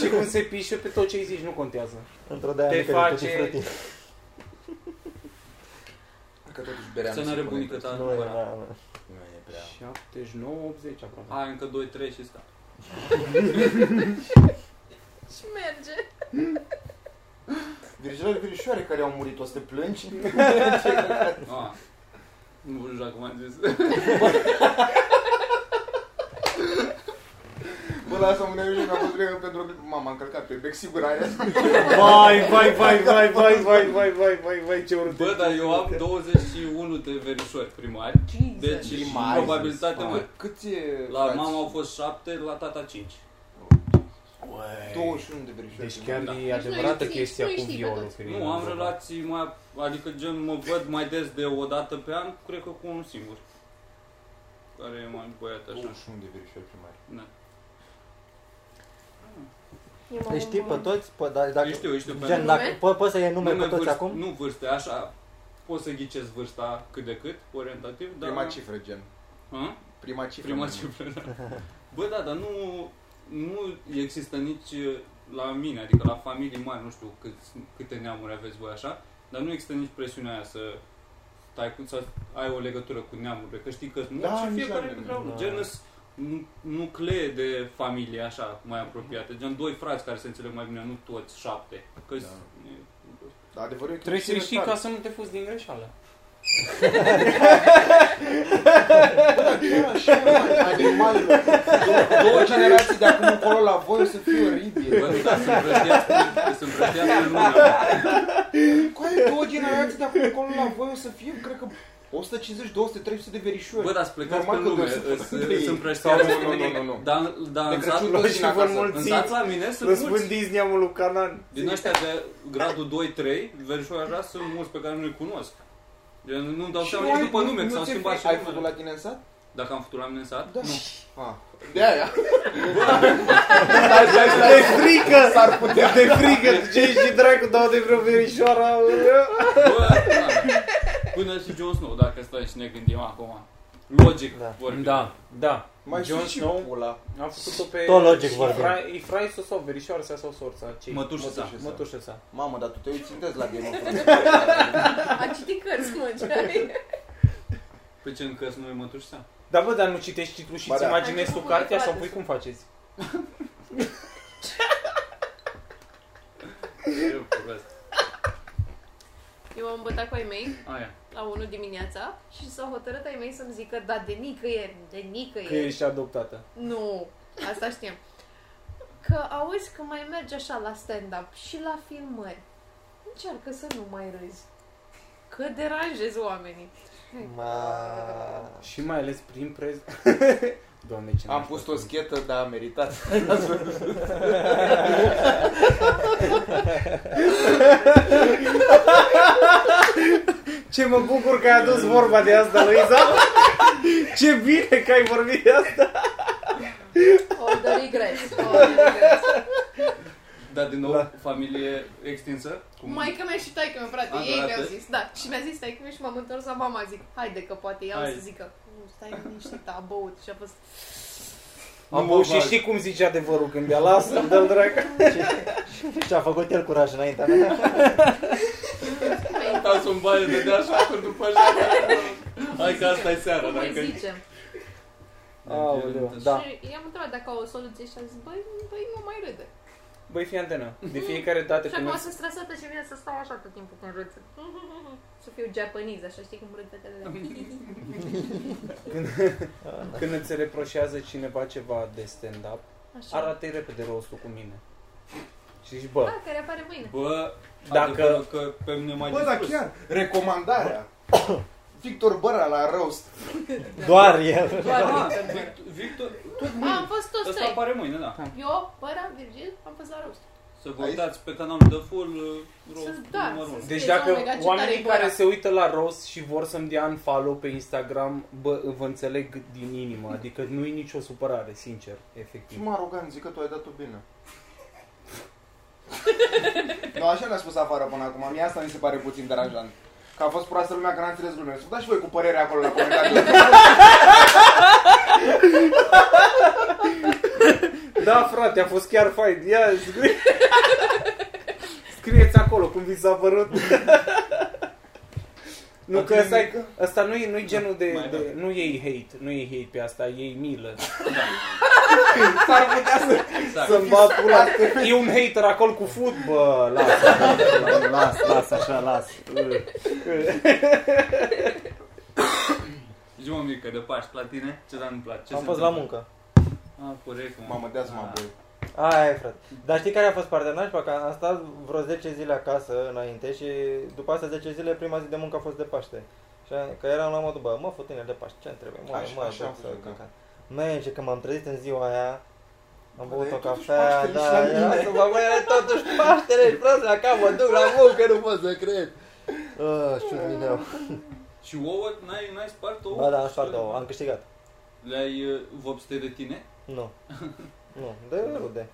A: și cum se pișe pe tot ce îi zici, nu contează.
E: Într-o de-aia
A: Te
E: mică
A: face-
E: de tutti frutti.
F: Că totuși berea
C: Să
F: nu se
C: n-are
F: pune
C: bunica
F: preț.
C: ta
E: Nu, e,
C: în
E: na, na.
F: Nu e prea.
A: 79, 80 aproape.
C: Hai, încă 2-3 și sta.
B: <laughs> Și merge.
F: Virgilele Virișoare care au murit, o să te
A: <laughs>
F: plângi?
C: Ah. Nu știu dacă m-am zis.
F: Bă, lasă mă nervii că a fost greu pentru că mama am călcat pe bec, sigur aia.
A: Vai, vai, vai, vai, vai, vai, vai, vai, vai, vai, ce urât.
C: Bă, dar eu am 21 de verișori primari.
B: Jesus.
C: Deci
F: Primari?
C: probabilitatea mă.
F: Cât e?
C: La
F: frați?
C: mama au fost 7, la tata 5.
F: 21 de verișoare.
A: Deci chiar
C: Da.
A: e
B: Nu
A: adevărată
B: știi,
A: chestia
B: nu
A: cu
B: știi pe
A: violul. Exact.
B: toți.
A: Călin.
C: Nu, am
E: da.
C: relații mai... Adică gen mă văd mai des de o dată pe an, cred că cu unul singur. Care e mai băiat așa.
F: 21 de verișoare primari.
C: Da.
B: Eu m-am
E: Îi știi pe
B: îmbolnăvit.
E: Deci, toți? Pă, da, dacă,
C: Eu știu, eu știu pe
E: gen,
C: nume.
E: dacă, po- poți să iei nume pe toți
C: vârst-
E: acum?
C: Nu vârste, așa. Poți să ghicezi vârsta cât de cât, orientativ, dar...
F: Prima cifră, gen.
C: Hă?
F: Prima cifră.
C: Da. Prima
F: gen.
C: cifră, da. <laughs> Bă, da, dar nu, nu există nici uh, la mine, adică la familii mari, nu știu cât, câte neamuri aveți voi așa, dar nu există nici presiunea aia să stai cu, să ai o legătură cu neamurile, că știi că nu,
F: Da,
C: și
F: nici la
C: fiecare
F: mine,
C: vreau, da.
E: da.
C: gen îs nu- nuclee de familie așa mai apropiate, gen doi frați care se înțeleg mai bine, nu toți șapte, că
F: Da. Dar adevărul e că
A: Trebuie să
F: cifre
A: știi
F: tare.
A: ca să nu te fuzi din greșeală.
F: Animalele. Două generații de acum încolo la voi o să fie oribil.
C: Bă, da, sunt prătească, sunt prătească lumea.
F: Coaie, două generații de acum încolo la voi o să fie, cred că 150, 200, 300 de verișori.
C: Bă, dar să plecați pe
F: Normal că
C: lume,
F: doar să
C: îs-
F: fac între ei. <laughs>
C: îs- sunt
F: Sau
C: prătească
F: nu, nu, nu, nu, nu.
C: Dar, dar
F: De
C: în sat,
F: Crăciun toți
A: și
F: vin
A: vă
F: acasă.
A: mulți.
C: în sat la mine sunt mulți.
A: Disney amul lui Canan.
C: Din ăștia de gradul 2-3, verișoara așa, sunt mulți pe care nu-i cunosc. Eu nu-mi dau
F: Și
C: seama
F: nu
C: nici
F: ai-
C: după
F: nu-
C: nume, că
F: nu
C: s-au
F: ți-e
C: schimbat și
F: frică? Ai făcut
C: numele.
F: la tine în sat?
C: Dacă am făcut la mine în sat?
F: Da.
C: Nu.
F: Ah, de aia. <laughs>
E: De frică! S-ar putea de frică! Ce și dracu dau de vreo verișoara?
C: Bă, da. Până și Jon Snow, dacă stai și ne gândim acum. Logic
E: Da.
C: vorbim.
A: Da, da.
F: Mai
A: Jon
F: știi și
A: Snow
F: pula.
A: Am făcut-o pe...
E: Tot logic
A: Ifra-
E: vorbim.
A: Ifraisul sau verișoarsa sau sorța? Ce?
C: Mătușița.
F: Mătușița.
A: Mătușă sa.
F: Mamă, dar tu te uiți intens la Game of <laughs> Thrones.
B: Am citit cărți, mă, ce ai?
C: Pe ce încă să nu e
F: <laughs>
C: mătușița?
A: Da, bă, dar nu citești titlul și
F: Ba
A: îți
F: da.
A: imaginezi tu
B: Ai făcut
A: cartea sau
B: toate.
A: pui cum faceți?
C: Eu vorbesc.
B: Eu m-am bătat cu ai mei
C: Aia.
B: la 1 dimineața și s-au hotărât ai mei să-mi zică, da, de nicăieri, de
A: Că
B: nicăieri.
A: ești adoptată.
B: Nu, asta știam. Că auzi că mai mergi așa la stand-up și la filmări. Încearcă să nu mai râzi. Că deranjezi oamenii.
E: Ma...
A: Și mai ales prin prez... <laughs> Doamne, ce
F: Am
A: nașpa
F: pus o
A: sunt.
F: schetă, dar a meritat.
A: Ce mă bucur că ai adus vorba de asta,
E: <laughs>
A: Luiza! ce bine că ai vorbit de asta!
B: O de regret. O de regret.
C: Dar din nou,
A: Da.
C: familie extinsă? Cum?
B: Maica mea și taică mea, frate,
C: A,
B: ei
C: doar
B: mi-au
C: atât?
B: zis. Da, și mi-a zis taică mea și m-am întors la mama, zic, haide că poate ea o
C: Hai.
B: să zică, nu, stai liniștit, a băut și a
C: <laughs>
B: fost,
A: Am
C: Nu mă
A: băut și
C: bag.
A: știi cum zice adevărul când bea, lasă-l, dă-l dracu!
E: Și-a făcut el curaj înaintea mea.
B: Păi,
C: Stau să-mi baie de dea așa cu după așa. Hai că asta e seara,
B: cum îi
C: dacă...
B: zicem?
A: Aoleu.
E: Da.
B: Și i-am întrebat dacă au o soluție și a zis, băi, băi, nu mai râde.
A: Băi, fii antenă, de fiecare dată
B: Mm-hmm. Și
A: când...
B: acum sunt stresată și vine să stau așa tot timpul când
C: <laughs>
B: râd. Să fiu japoneză, așa știi cum râd fetele.
C: <laughs>
A: Când îți reproșează cineva ceva de stand-up,
B: Așa.
A: arată repede rostul cu mine. Și zici, bă,
B: Da, care apare mâine.
C: Bă,
A: Dacă-
C: dacă... că pe mine mai
F: Bă, dar chiar, <coughs> recomandarea. Victor Băra la roast.
E: Doar el.
C: Da, Victor, Victor, tot
B: A,
C: mâine.
B: am fost toți
C: Ăsta
B: trei.
C: apare mâine, da.
B: Eu, Băra, Virgil, am fost la rost.
C: Să vă
F: Aici?
C: uitați pe canalul de full uh, roast
B: Să- da,
C: numărul
B: să-
C: 1.
A: Deci
B: Deci,
A: dacă
B: omega, ce
A: oamenii
B: tare-i
A: care
B: băia.
A: se uită la Ross și vor să-mi dea un follow pe Instagram, bă, vă înțeleg din inimă, adică nu e nicio supărare, sincer,
F: Și
A: efectiv.
F: mă arogant, zic că tu ai dat-o bine. <laughs> Nu, așa ne-a spus afară până acum. Mie asta mi se pare puțin deranjant. Că a fost proastă lumea, că n-a înțeles lumea. Să dați și voi cu părerea acolo la <laughs> comentarii.
A: Da, frate, a fost chiar fain. Ia,
C: <laughs>
A: scrie... scrieți acolo cum vi s-a părut.
C: <laughs>
A: nu că ăsta, e- ăsta nu e, nu e genul de,
C: Da, mai
A: de nu e hate, nu e hate pe asta, e
C: <laughs>
A: milă.
F: S-ar putea să...
C: Da, Exact.
A: Să-mi bat pula. E un hater acolo cu food, bă, lasă.
E: Las, las, așa, las.
C: Zi mă mică de Paști, la tine? Ce dar nu place? Ce
E: Am
C: se
E: fost la
C: întâmplă?
E: muncă.
C: Ah, corect, mă.
F: Mamă, dea-ți mă,
C: Da.
F: băi.
E: Aia e, frate. Dar știi care a fost partea nașpa? Că am stat vreo 10 zile acasă înainte și după asta 10 zile prima zi de muncă a fost de Paște. Și a- că eram la modul, bă, mă, fotine de Paște, ce trebuie? Mă,
F: Așa-
E: mă,
F: așa
E: bă,
F: am
E: să-
F: fost, da.
E: că- Man, și că m-am trezit în ziua aia, am
F: Bă,
E: băut
F: e
E: o
F: totuși
E: cafea,
F: Paștele și
E: da,
F: la
E: era
F: mine.
E: să mă, bă, era totuși Paștele, și prost, la cap, mă duc la muncă, nu pot să cred. Ah, și video.
C: Și ouă, n-ai, n-ai spart ouă?
E: Ba da, am spart două, am câștigat.
C: Le-ai uh, vopsite de tine?
E: Nu. Nu, de rude.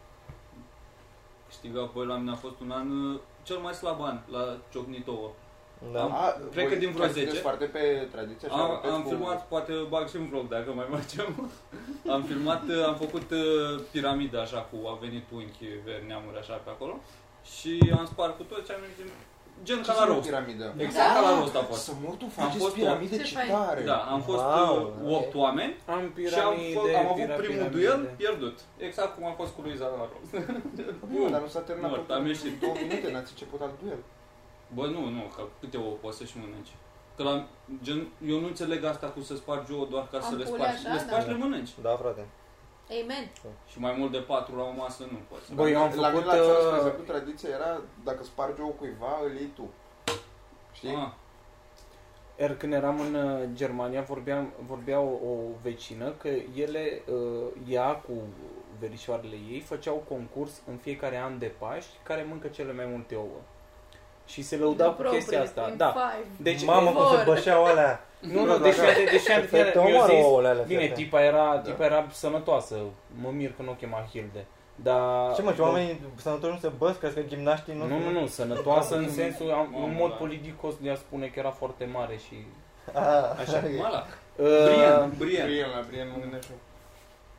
C: Câștiga, apoi la mine a fost un an uh, cel mai slab an la ciocnit ouă.
E: Da.
C: Am- cred că din vreo 10.
F: foarte pe tradiție. așa,
C: Am,
F: pe
C: am
F: cu-
C: filmat, poate bag și un vlog dacă mai facem. <laughs> am filmat, uh, am făcut uh, piramida așa cu a venit unchi veri neamuri așa pe acolo și am spart cu toți, am zis, gen
F: Ce
C: ca la
F: la
C: roast.
F: piramidă?
C: Exact ca
B: Da.
C: la roast a fost.
F: Să mor, tu
C: Am
F: faceți
C: fost
F: piramide,
B: tot.
F: ce
B: Ce fain.
F: tare!
C: Da, am fost
E: Wow,
C: wow, 8 oameni
A: Am
C: și am,
A: piramide,
C: fă, am avut
A: pira-
C: primul
A: piramide.
C: duel pierdut. Exact cum a fost cu Luiza la rost.
F: Bun, Păi, dar nu s-a terminat
C: Mort,
F: tot.
C: am ieșit.
F: Două minute, n-ați început al duel.
C: <laughs> Bă, nu, nu, că câte ouă poți să și mănânci. Că la, gen, eu nu înțeleg asta cu să spargi ouă doar ca să
B: Am
C: le
B: pulea
C: spargi.
B: așa,
C: le
B: da.
C: spargi, le mănânci.
E: Da, frate.
B: Amen.
C: Și mai mult de patru la o masă nu poți. să
A: Bă, eu am
F: La mine
A: făcut...
F: la țară,
A: uh,
F: spre exemplu, tradiția era, dacă spargi o cuiva, îl iei tu. Știi?
C: Ah,
A: Er, când eram în uh, Germania, vorbeam, vorbea o, o vecină că ele, uh, ea cu verișoarele ei, făceau concurs în fiecare an de Paști care mănâncă cele mai multe ouă. Și se lăuda cu chestia asta. Da. Deci,
E: Deci, Mamă,
B: efort.
E: cum se bășeau alea.
A: nu, nu, deci, deci, deci,
E: Te-
A: deci
E: Te
A: eu
E: omoară
A: zis,
E: ouăle alea.
A: Bine,
E: frate.
A: tipa
E: Da.
A: era, tipa era sănătoasă. Mă mir că nu o chema Hilde. Dar...
E: Ce mă, ce oamenii sănătoși nu se băsc, crezi că gimnaștii nu... Da.
A: Nu, nu, nu, sănătoasă în sensul, am-
C: Mamă,
A: în mod
C: da.
A: politicos de a spune că era foarte mare și...
E: Ah,
C: Așa,
E: ok.
C: mala.
A: Uh,
C: Brian, Brian.
F: Brian, la Brian, mă gândesc.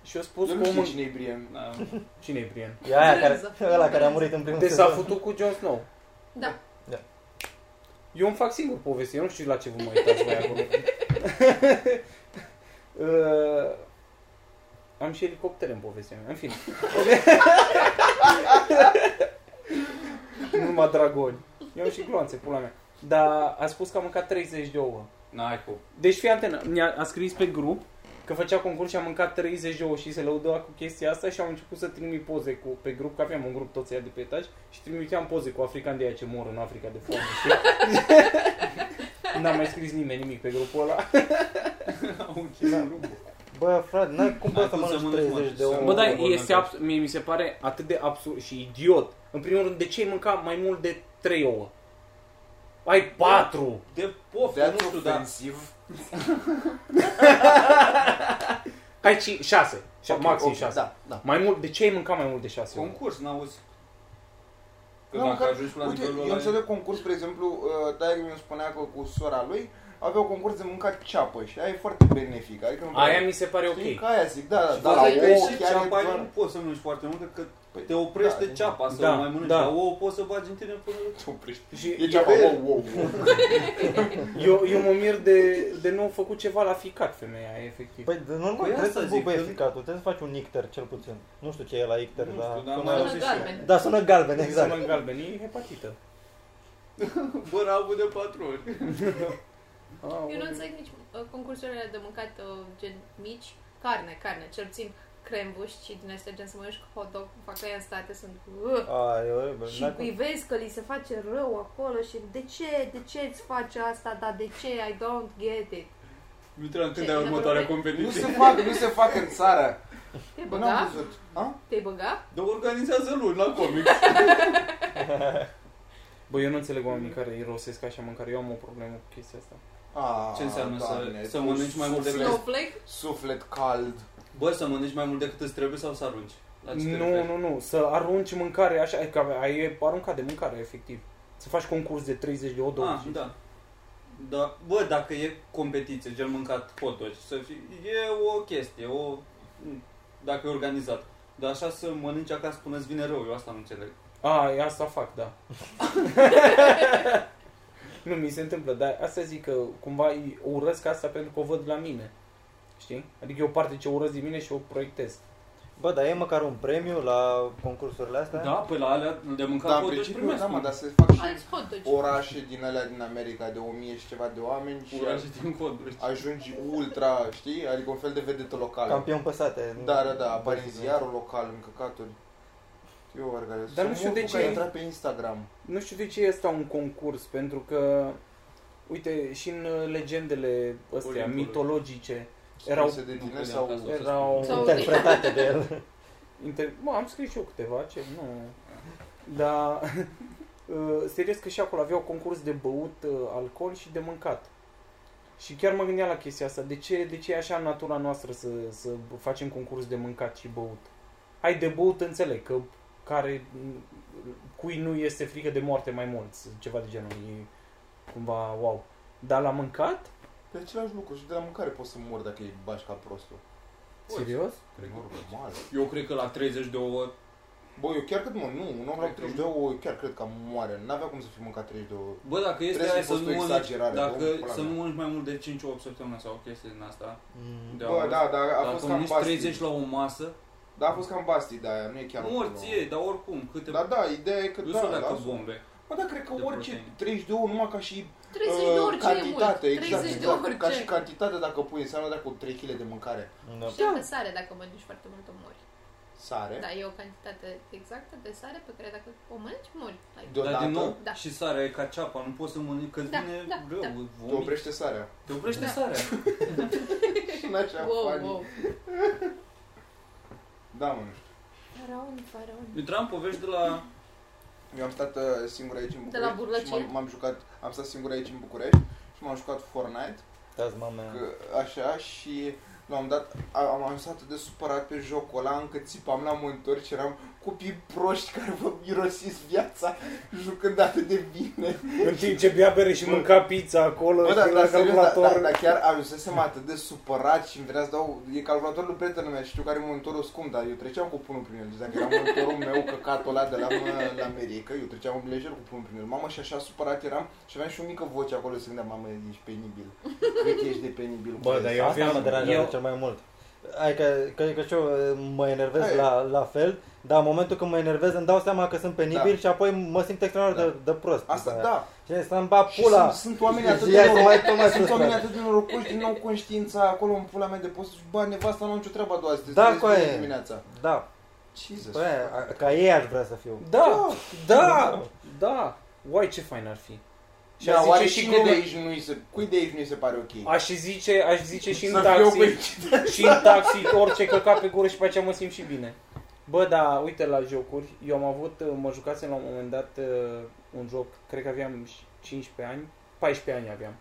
A: și eu spus
F: Eu nu
A: cum...
F: știu cine e Brian.
C: Da.
A: Cine e Brian?
E: E aia care,
B: Brânză.
E: ăla care a murit în primul
A: Deci s-a futut cu Jon Snow.
B: Da.
A: Eu îmi fac singur poveste, eu nu știu la ce vă mai uitați voi <laughs> acolo. uh, am și elicoptere în povestea mea, în <laughs> fine. nu numai dragoni. Eu am și gloanțe, pula mea. Dar a spus că a mâncat 30 de ouă.
C: N-ai cum.
A: Deci fii antenă, ne-a a scris pe grup că făcea concurs și a mâncat 30 de ouă și se lăuda cu chestia asta și am început să trimit poze cu, pe grup, că aveam un grup toți ăia de pe etaj și trimiteam poze cu africani de aia ce mor în Africa de foame. știi? N-a mai scris nimeni nimic pe grupul ăla.
C: <laughs> Au închis grupul.
E: Bă, frate, n-ai cum poți să
C: cum să
E: mănânci
C: mănânci, mă,
E: 30 de
C: să-
E: ouă.
A: Bă, da,
C: Bă, bă,
A: este
C: bă.
A: abs- mie mi se pare atât de absurd și idiot. În primul rând, de ce ai mâncat mai mult de 3 ouă? Ai 4!
C: De poftă, nu
F: That's
C: știu, dar...
F: ofensiv.
A: Ai 6!
F: Ok,
A: maxim
F: ok,
A: 6.
F: Da, da.
A: Mai mult, de ce ai mâncat mai mult de 6 ouă?
C: Concurs, n-auzi. Că
F: Nu,
C: dacă
F: că-
C: ajungi la
F: Uite,
C: nivelul
F: eu
C: ăla...
F: înțeleg concurs, de exemplu, taică mi spunea că cu sora lui aveau concurs de mâncat ceapă și aia e foarte benefic. Adică nu
A: Aia mi se pare
F: Știi,
A: ok.
F: Că aia zic, da, da,
C: Da,
F: da, la
C: la că
F: ouă
C: și
F: chiar e
C: ceapa nu
F: doar...
C: poți să mănânci foarte mult, că
F: Păi,
C: te oprește
F: da,
C: ceapa să
A: da,
C: nu mai mănânci,
A: da.
C: dar ouă poți să bagi în tine până... <laughs>
F: Te oprești.
A: Și
F: E ceapa,
A: eu-
F: wow, wow, wow.
A: Eu, eu mă mir de, de nu a făcut ceva la ficat femeia, efectiv. Păi,
E: Păi, de normal,
C: Păi
E: trebuie
C: asta
E: să
C: zic,
E: bubuie
C: că-
E: ficatul, trebuie să faci un icter, cel puțin. Nu știu ce e la icter,
C: Nu
E: dar...
C: știu, dar
E: sună-
C: mai
B: Sună
C: auzit și eu.
B: galben.
E: Da, sună galben,
A: exact. Să
E: exact.
A: mă galben, e hepatită.
C: Bă, rabul de patru ori.
B: Eu nu înțeleg nici uh, concursurile de mâncat uh, gen mici. Carne, carne, cel puțin crembuși și din astea gen să mănânci cu hot dog, cum fac aia în state, sunt uh,
E: A, e oribil,
B: și
E: n-ai cum-
B: îi vezi că li se face rău acolo și de ce, de ce îți face asta, dar de ce, I don't get it.
C: Mitran, când
B: Ce,
C: ai
B: ne
C: următoarea
B: vorbești?
F: Nu se
C: competiție?
F: fac, nu se fac în țară.
B: Te-ai
F: Bă, n-am
B: băga?
F: văzut. A?
B: Te-ai băga?
C: Dar organizează luni la comic.
A: Bă, eu nu înțeleg oamenii care irosesc așa mâncare. Eu am o problemă cu chestia asta.
F: A,
C: Ce înseamnă să-
F: Doamne,
C: să
F: cu
C: mănânci mai mult decât-
F: suflet-
B: Snowflake?
F: Suflet cald.
C: Bă, să mănânci mai mult decât îți trebuie sau să arunci? La ce te
A: Nu,
C: referi?
A: nu, nu. Să arunci mâncare așa, că ai aruncat de mâncare, efectiv. Să faci concurs de 30 de odori.
C: Ah, da. Da, bă, dacă e competiție, gen mâncat hot dog, să fii, e o chestie, o, dacă e organizat. Dar așa să mănânci acasă până îți vine rău, eu asta nu înțeleg.
A: A, e asta fac, da. <laughs> nu, mi se întâmplă, dar asta zic că cumva îi urăsc asta pentru că o văd la mine. Știi? Adică e o parte ce urăsc din mine și o proiectez.
E: Bă, dar e măcar un premiu la concursurile astea?
C: Da, păi la alea de mâncat
F: Da,
C: hot
F: în
C: dog
F: principiu,
C: primesc.
F: da, mă,
C: un
F: dar se fac și
B: Alți hot dogi.
F: orașe din alea din America de 1000 și ceva de oameni și
C: Curaj din hot dog.
F: ajungi ultra, știi? Adică un fel de vedetă locală.
E: Campion păsate.
F: Da, da, da, apare în ziarul local, în căcaturi. Eu organizez.
A: Dar nu știu de ce-
F: a intrat pe Instagram.
A: Nu știu de ce e asta un concurs, pentru că, uite, și în uh, legendele astea
C: Olimpului.
A: mitologice erau...
F: Spuse de
C: Nu
F: tine
C: credeam
F: sau...
C: că asta o să
A: erau
B: Sau-
E: Interpretate de el.
A: Inter... Mă, am scris și eu câteva, ce nu... Dar, <laughs> uh, serios că și acolo aveau concurs de băut uh, alcool și de mâncat. Și chiar mă gândeam la chestia asta, de ce, de ce e așa în natura noastră să, să facem concurs de mâncat și băut? Hai de băut înțeleg că care, cui nu este frică de moarte mai mult, ceva de genul, e cumva wow. Dar la mâncat?
F: Pe același lucru și de la mâncare poți să mor dacă e bași ca prostul.
C: Poți.
A: Serios?
C: Cred că poți.
F: Normal.
C: Eu cred că la 30 de ori
F: Bă, eu chiar cred, mă, nu, un om la
C: Cred că
F: 30 de ouă, eu chiar cred că moare. N-avea cum să fi mâncat 30 de ouă.
C: Bă, dacă este
F: Trebuie
C: aia
F: să
C: să
F: fi
C: nu
F: fost o
C: mănânci,
F: exagerare, domnul,
C: dacă
F: pula
C: să
F: mea.
C: nu mănânci mai mult de 5 8 săptămâni sau o chestie din asta.
E: Mm.
C: De
F: Bă,
C: auz.
F: da, dar a
C: Dacă
F: fost cam
C: mănânci 30
F: basti.
C: la o masă,
F: Da, a fost cam basti, dar aia nu e chiar o
C: morți
F: problemă.
C: ei, dar oricum, câte
F: Da, da, ideea e că
C: Nu
F: da,
C: sunt
F: da.
C: dacă bombe.
F: Bă, dar cred că
C: de
F: orice
C: proteine.
F: 30 de ouă, numai ca și uh,
B: 30 de ori ce e mult.
F: ă, cantitate, exact,
B: 30 de
F: exact.
B: ori
F: ca și
B: ce.
F: cantitate dacă pui înseamnă dacă cu 3 kg de mâncare.
E: Da.
B: Știu că sare dacă mănânci foarte mult o mori.
F: Sare.
B: Da, e o cantitate exactă de sare pe care dacă o mănânci, mori. Like,
F: Deodată
C: Dar din nou,
B: Da.
C: și sarea e ca ceapa, nu poți să mănânci, că-ți
B: Da,
C: vine
B: da,
C: rău,
B: da.
F: te
C: vomit.
F: oprește sarea. <laughs>
C: Te oprește
B: Da.
C: sarea.
F: în acea
B: wow,
F: funny.
B: wow.
F: Da, mă, nu știu.
B: Faraon, faraon.
C: Intram povești de la
F: Eu am stat uh, singur aici în
B: De la
F: București și m-am,
B: Burlăcie?
F: m-am jucat, am stat singur aici în București și m-am jucat Fortnite
E: Da-ți mama mea.
F: că- așa și la un moment dat a- am ajuns atât de supărat pe jocul ăla încât țipam la monitor și eram copii proști care vă mirosiți viața jucând atât de bine.
A: În timp ce bea bere și mânca pizza acolo,
F: Bă,
A: Bă,
F: da,
A: la
F: da, serios, da,
A: calculator.
F: da, da, chiar ajunsesem atât de supărat și îmi venea să dau, e calculatorul prietenul meu, și știu care e monitorul scump, dar eu treceam cu punul prin el, deci dacă era monitorul meu căcatul ăla de la, la America, eu treceam lejer cu punul prin el, mamă, și așa supărat eram și aveam și o mică voce acolo să gândeam, mamă, ești penibil, cât ești de penibil.
A: Bă, dar eu
E: Asta
A: aveam-
E: mă deranjează
A: eu-
E: cel mai mult. Hai că, că, că și eu uh, mă enervez
F: Hai.
E: la, la fel, dar în momentul când mă enervez îmi dau seama că sunt penibil
F: Da.
E: și apoi mă simt extraordinar
F: Da.
E: de, de prost.
F: Asta,
E: după aia.
F: da,
E: Și să-mi ba
F: Și
E: pula.
F: Sunt, sunt oameni atât de
E: Ia să mai
F: norocoși,
E: tot mai
F: sunt oameni
E: frustrat.
F: atât de norocoși, din nou conștiința acolo în pula mea de post și bă, nevasta nu am nicio treabă a doua zi, te
E: Da,
F: trezesc
E: coaie.
F: bine dimineața.
E: Da,
F: Jesus.
E: bă, aia, ca ei aș vrea să fiu.
A: Da, da, da. Uai, ce fain ar fi. Și
F: da,
A: aș
F: oare
A: zice și
F: și cine de
A: glume,
F: aici nu-i se, cui de aici nu-i se pare ok?
A: aș zice, aș zice și în
F: Să fiu eu cu
A: taxi,
F: aici.
A: și în taxi, orice căcat pe gură și pe aceea mă simt și bine. Bă, da, uite la jocuri, eu am avut, uh, mă jucasem la un moment dat uh, un joc, cred că aveam 15 ani, 14 ani aveam.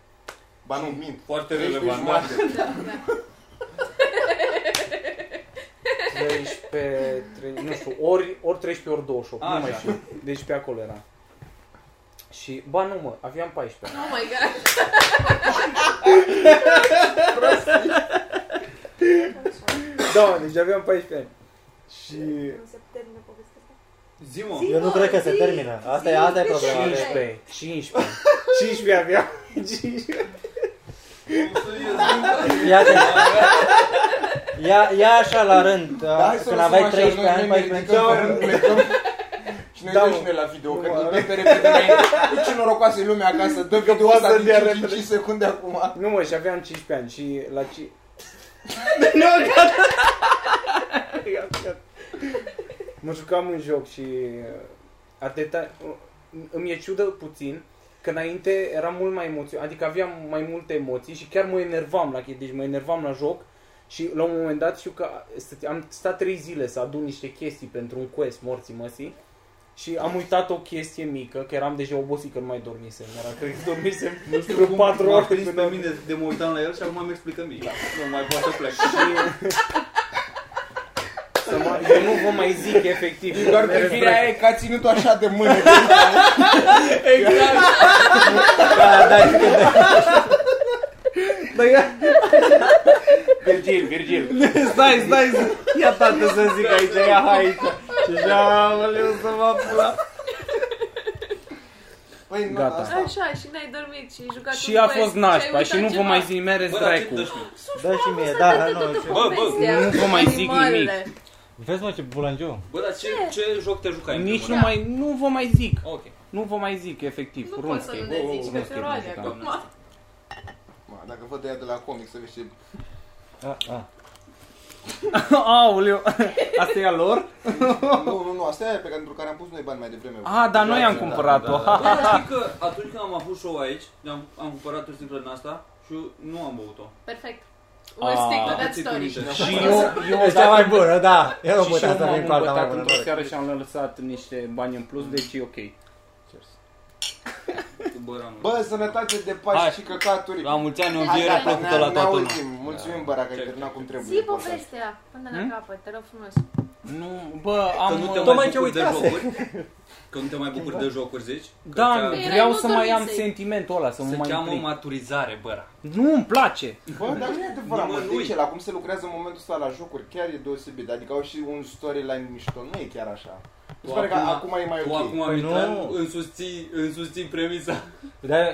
F: Ba nu, mint.
C: Foarte
F: 13
C: relevant, da.
F: jumate.
B: Da, da.
A: 13, 3, nu știu, ori, ori 13, ori 28, nu
C: Așa.
A: mai știu. Deci pe acolo era. Și, ba nu mă, aveam 14
B: Oh my god.
A: Da, mă, deci aveam 14 ani. Și...
G: Nu se termină povestea asta.
C: Zi, mă.
G: Zi,
E: Eu nu
G: mă,
E: cred că se
G: zi,
E: termină. Asta e,
G: zi,
E: asta e
G: zi.
E: problema.
A: 15, 15. 15 aveam. 15.
E: Ia, te... ia, ia așa la rând,
F: Da, hai să
E: când
F: lăsăm
E: aveai
F: așa,
E: 13
F: noi-
E: ani,
F: noi ne
E: 14
F: ridicăm,
E: ani,
F: plecăm, plecăm. Și noi
A: Da,
F: dăm
A: mă.
F: și noi la video,
A: Nu,
F: că
A: mă,
F: nu dă pe repede înainte. Uite Ce norocoasă e lumea acasă, dă video
A: poate
F: ăsta
A: să dea
F: din
A: repede.
F: 5 secunde acum.
A: Nu mă, și aveam 15 ani și la ci... nu, gata! Gata, gata. mă jucam în joc și uh, atâta... Îmi e ciudă puțin că înainte eram mult mai emoționat, adică aveam mai multe emoții și chiar mă enervam la chestii, deci mă enervam la joc și la un moment dat știu că stăte- am stat 3 zile să adun niște chestii pentru un quest morții măsii și am uitat o chestie mică, că eram deja obosit că nu mai dormisem, era cred că dormisem
C: Nu știu
A: vreo
C: cum
A: 4
C: m-a
A: ore
C: prins
A: până Da.
C: pe mine de mă uitam la el și acum îmi explică mie. Nu mai pot să plec.
A: Să mă, eu nu vă mai zic efectiv.
F: E doar pe firea aia că a ținut-o așa de mână.
A: Exact.
E: da, da,
A: Virgil, Virgil.
E: Stai, stai, stai. ia tată să zic aici, ia hai aici. Și așa, mă să mă pula.
F: Păi, nu,
A: Gata.
F: asta.
B: Așa, și n-ai dormit și ai jucat un
A: Și a
B: quest
A: fost
B: ai
A: nașpa și
B: uitat
A: nu vă
B: ceva.
A: mai zic merez
C: Bă, dar ce
A: dracu.
C: tășmi?
E: Dă și mie, da, da, nu,
B: Toată
E: și...
C: Bă, bă,
B: povestea
A: nu vă mai zic nimic.
B: animalele.
E: Vezi mă ce bulangiu?
C: Bă, dar ce, ce joc te jucai? în
A: Nici nu
C: primul
A: mai, nu vă mai zic.
C: rând? Ok.
A: Nu vă mai zic efectiv.
B: Nu pot să
A: Runescape.
B: nu
C: Wow,
B: ne
C: wow,
B: zici că
A: wow,
B: te
A: wow,
B: roage
A: wow,
B: acum.
F: Mă, Dacă văd de ea de la comic, să vezi ce
E: A, a.
A: Aoleu, asta e a lor?
F: Nu, nu, nu, asta e aia pe care, pentru care am pus noi bani mai devreme.
A: Ah, dar noi am
F: Da,
A: cumpărat-o.
F: da, da, da.
A: Ha,
C: Bă, dar știi că atunci când am avut show aici, am, am cumpărat o sticlă din asta și eu nu am băut-o.
B: Perfect.
A: Ah,
B: We'll stick to
C: Am
B: that
C: pățit cu
B: story.
E: da.
C: minte.
A: Și eu, eu
E: Ăsta mai
A: odată-
E: bună, da. Eu nu
A: și și eu
E: puteam să
A: m-am
E: vin cu alta mai
A: îmbătat
E: bună.
A: într-o seară și am lăsat niște bani în plus, deci e ok.
C: Bă, eram-
F: Bă, sănătate de
C: Hai.
F: pași și căcaturi.
C: la mulți ani, o
B: Hai, da,
C: înviere
B: hai,
C: plăcută la toată
F: Ne
C: lumea.
F: auzim. Mulțumim, Bara, că ai
C: Ce-
F: terminat cum trebuie.
B: Zi povestea până la
A: Hmm?
B: capăt, te rog
A: <laughs>
B: frumos.
A: Nu, bă,
C: Că
A: am... uh,
C: nu te
E: Tocmai
C: mai
E: ce
C: bucuri de
E: uitase.
C: jocuri. Că nu te mai bucuri de jocuri, zici? Că
A: Da,
C: ți-a-
B: Erai
A: vreau
B: nu
A: să mai am
B: dormisei.
A: sentimentul ăla, să mă
C: se
A: mai
E: Păi
C: cheamă
A: implic.
C: maturizare, bă.
A: Nu, îmi place.
F: Bă, dar nu e adevărat, mă, de
C: Nimănui.
F: ce? La cum se lucrează în momentul ăsta la jocuri, chiar e deosebit. Adică au și un storyline mișto, nu e chiar așa. Mi se pare că acum e mai
C: Tu
F: ok.
C: acum,
E: Păi
C: Mitran,
E: nu.
C: îmi susții, îmi susții premisa.
E: Dar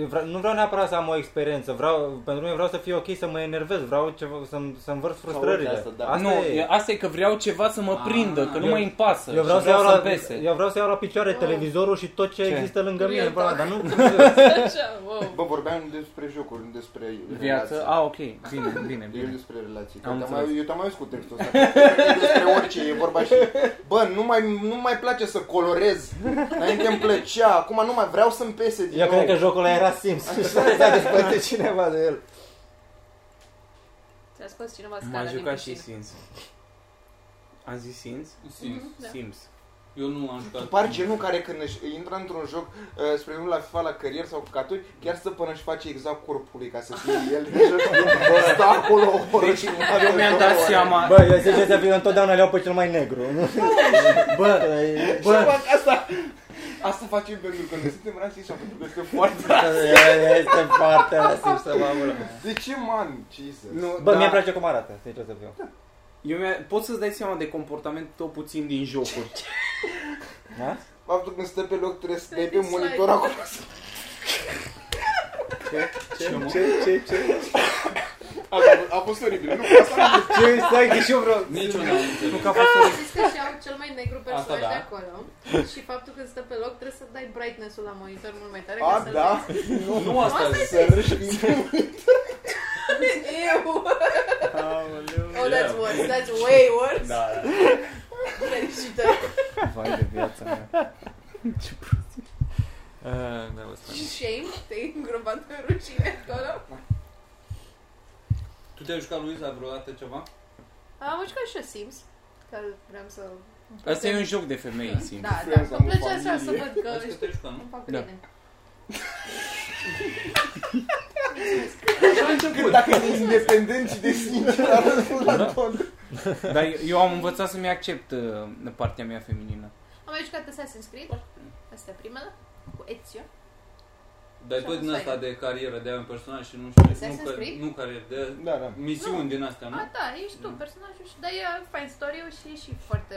E: eu vreau- nu vreau neapărat să am o experiență, vreau, pentru mine vreau să fie ok să mă enervez, vreau ceva, să-mi, să învărs frustrările.
F: orice asta, da.
E: Asta
A: nu,
E: e.
A: e. asta e că vreau ceva să mă
C: Ah,
A: prindă, că nu
E: eu-
A: mă impasă.
E: Eu vreau,
A: și
E: să iau la,
A: pese.
E: eu vreau să iau la picioare televizorul și tot ce,
A: Da. Ce?
E: există lângă
B: Real
E: mine, bă,
A: Da.
B: talk.
E: dar
A: <laughs>
E: nu...
B: Așa, wow.
F: Bă, vorbeam despre jocuri, nu despre
A: Viață.
F: relații.
A: Ah, ok.
E: <laughs>
A: Bine, bine,
F: Eu
A: bine.
F: despre relații. Că
A: Am
F: te-am
A: înțeles.
F: mai, eu te-am mai auzit cu textul ăsta. E despre orice, e vorba și... Bă, nu mai, nu mai place să colorez. Înainte îmi plăcea, acum nu mai vreau să-mi pese din
E: Eu
F: nou.
E: cred că jocul ăla era Sims și <laughs> s-a despărțit cineva de el.
B: Ți-a scos cineva
A: M-a
B: scara din
A: jucat și
B: piscină.
A: Sims. Am Da. zis Sims?
C: Sims.
B: Da.
A: Sims.
C: Mhm. Eu nu am jucat.
F: Tu pari genul care când își intră într-un joc, uh, spre exemplu la FIFA, la carier sau cu caturi, chiar să până își face exact corpului ca să
A: <laughs>
F: fie el în joc. Bă, stă acolo o oră și
A: Deci, Eu mi-am dat seama.
E: Bă, eu zic că să întotdeauna le iau pe cel mai negru.
A: <laughs> Bă,
E: Bă,
F: Bă. fac asta. Asta facem pentru că ne suntem rasiști sau pentru că suntem foarte...
E: este foarte rasistă, mamă.
F: De ce, man? Jesus.
A: nu,
E: Bă,
A: da,
E: mie îmi place cum arată, sincer să fiu.
A: eu mi-a, poți să-ți dai seama de comportamentul tău puțin din jocuri.
C: <laughs>
E: Da?
F: Faptul când stă pe loc trebuie să dai pe
B: Slide.
F: monitor acolo să
A: Ce? Ce? Ce? Ce? Ce?
F: A, da, a- a fost oribil. Nu, cu asta nu.
A: Ce? Stai că și eu vreau.
C: Nici eu n-am
A: Nu
C: înțeles.
A: că a fost
B: Zis că și-au cel mai negru personaj
C: Asta da.
B: de acolo și faptul că stă pe loc trebuie să dai brightness-ul la monitor mult mai tare ca
F: A,
B: să-l
F: da.
C: Nu asta zic.
F: Să râși.
B: vezi. Ew!
A: Aoleu.
B: Oh, that's
C: Yeah.
B: worse, that's way worse.
C: Da, da.
B: Fericită.
E: Vai de viața mea.
C: Da, asta.
B: Și shame, te-ai îngropat în rușine acolo.
C: Tu te-ai jucat, Luisa, vreodată ceva?
B: Am jucat și eu Sims, că vreau să...
A: Asta e un joc de femei, simplu.
B: Da,
F: Friends,
B: da,
F: am
B: îmi
F: o
B: plăcea așa să
F: familie.
B: văd că
C: Vezi că te-ai jucat, nu?
B: îmi fac
A: Da.
B: prieteni.
F: Când dacă e independent și de sincer,
A: Da.
F: a răspuns la tot.
A: Dar eu- eu am învățat să-mi accept uh, partea mea feminină.
B: Am mai jucat Assassin's Creed, asta e primele, cu Ezio.
C: Dar
B: Și
C: tot
B: am
C: din
B: fost
C: asta
B: fain.
C: de carieră, de ai un personaj și nu știu, nu,
B: Assassin's
C: că,
B: Creed?
C: nu carieră, de
F: Da, da.
C: misiuni din astea, nu?
B: A, da, ești tu personajul și dar e fain story și e și foarte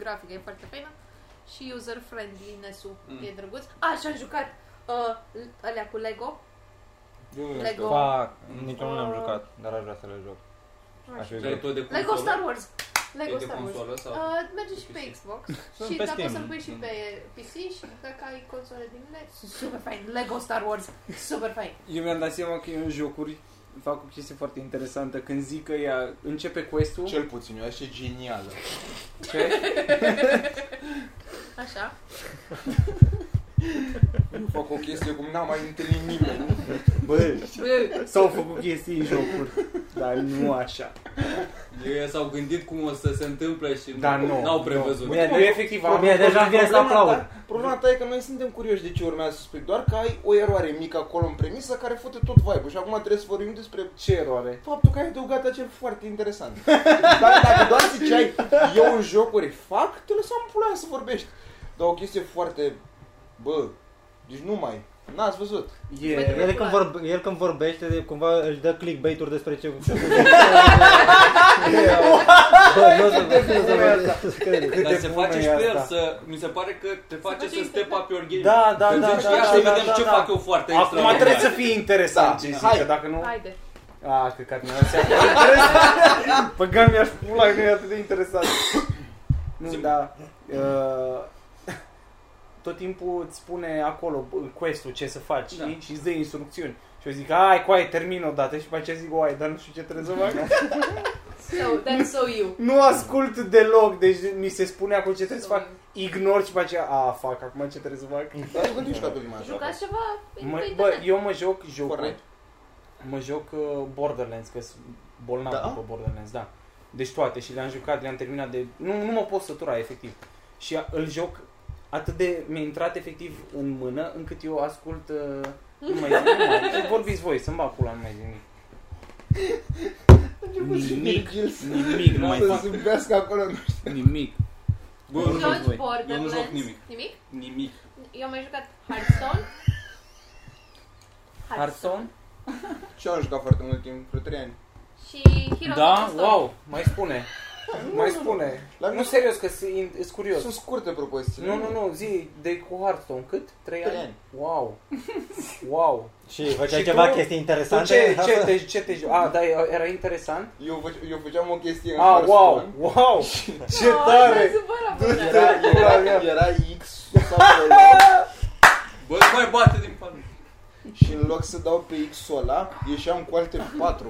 B: grafică, e foarte faină și user friendliness-ul
C: Mm.
B: e drăguț. A, și am jucat uh, alea cu Lego. Lego.
E: Fac, nici eu nu l-am jucat, dar aș vrea să le joc. Aș fi
C: Ai
E: vrut.
C: tot de
B: Lego
C: consolă?
B: Star Wars. Lego
C: E de
B: Star Wars.
C: consolă sau?
B: Uh, merge și
C: pe
B: pe
C: PC?
B: Xbox
E: Sunt
B: și
E: pe
B: dacă o
E: Steam.
B: să-l pui și pe PC și dacă ai console din Lego, super fain. Lego Star Wars, super fain.
A: Eu mi-am dat seama că eu în jocuri fac o chestie foarte interesantă. Când zic că ea începe quest-ul,
F: Cel puțin, eu așa e genială.
A: ce?
B: Așa.
F: Eu fac o chestie cum n-am mai întâlnit <laughs> nimeni.
A: Bă, s-au făcut chestii în jocuri, dar nu așa.
C: Ei s-au gândit cum o să se întâmple și
A: Da,
C: nu,
A: nu,
C: n-au
A: nu.
C: prevăzut.
A: Bine, eu efectiv am...
E: Mie deja îmi vine să
F: Problema
E: aplaud.
F: ta- Problema ta e că noi suntem curioși de ce urmează să spui, doar că ai o eroare mică acolo în premisă care fute tot vibe și acum trebuie să vorbim despre
A: Ce eroare?
F: faptul că ai adăugat acel foarte <laughs> interesant. Dar dacă doar ziceai, eu în jocuri fac, te lăsam pula mea să vorbești. Dar o chestie foarte, bă, deci nu mai, n-ați văzut.
A: E...
E: El când, vorbe, el când vorbește, de- cumva își dă clickbait-uri despre
A: <laughs>
E: ce... Bă, nu o să vă nu o să vă- să credeți.
C: Dar se
A: bună
C: face
A: e
C: și pe el
A: asta.
C: să... Mi se pare că te face
B: face
C: să step up your game.
A: Da, da,
C: Că
A: da,
C: zici,
A: da,
C: ia
A: da,
C: să
A: da,
C: vedem
A: da,
C: ce
A: da.
C: fac eu foarte
A: Acum trebuie să
C: extraordinar.
A: fie interesant
F: Da,
A: ce zic,
F: hai.
A: că dacă nu...
B: Haide.
A: A, că mi-a dat seama. <laughs> Băgam mi-aș pula, că nu e atât de interesant. Nu, da. Uh, tot timpul îți spune acolo bă, quest-ul ce să faci
C: Da.
A: da. și îți dă instrucțiuni. Și eu zic, ai, coai, termin odată și după aceea zic, oai, dar nu știu ce trebuie să fac.
B: So, that's so you.
A: <laughs> nu ascult deloc, deci mi se spune acolo ce trebuie să
B: So
A: fac. Ignor și după aceea, a, fac, acum ce trebuie să fac.
F: Dar eu gândit și la prima
B: you.
F: așa.
B: Jucați ceva Păi, da. pe
A: Mă,
B: internet.
A: bă, eu mă joc jocuri.
F: Corect.
A: Mă joc uh, Borderlands, că sunt bolnav
F: Da?
A: da? după Borderlands, da. Deci toate și le-am jucat, le-am terminat de... Nu, nu mă pot sătura, efectiv. Și a, îl joc atât de... Mi-a intrat efectiv în mână, încât eu ascult... Uh, nu mai zic, nu mai, vorbiți voi, să-mi bag pula, nu mai zic nimic. Nimic, nimic, nu mai
F: Să
A: fac
F: zâmbească acolo.
A: nimic.
C: Bă,
A: Eu
C: nu
A: joc
C: joc
B: Joci
A: voi.
C: Eu nu
B: Borderlands.
C: joc nimic.
B: Nimic?
C: nimic.
B: Eu am mai jucat Hearthstone.
A: Hearthstone?
F: Și eu am jucat foarte mult timp, vreo 3 ani.
B: Și Heroes of the
A: Da?
B: Storm.
A: Wow, mai spune. Mai spune.
F: La
A: Nu,
F: mine
A: serios, că sunt curios.
F: sunt scurte propoziții.
A: Nu, nu, nu, zi de cu Hearthstone, cât? 3
F: Trei
A: ani?
F: ani.
A: Wow! Wow!
E: Și făceai
A: Și
E: ceva
A: tu-
E: chestii
A: Tu
E: interesante?
A: ce, ce, te, ce te A, da, era interesant?
F: Eu, făce- eu făceam o chestie în
A: A,
F: Hearthstone.
A: Ah, wow! Wow! Ce
B: Oh,
A: tare!
B: s-a supărat, bă, da.
F: Era, era, era X sau <laughs> pe
C: Bă, nu mai bate din palmă.
F: Și în loc să dau pe X-ul ăla, ieșeam cu alte 4.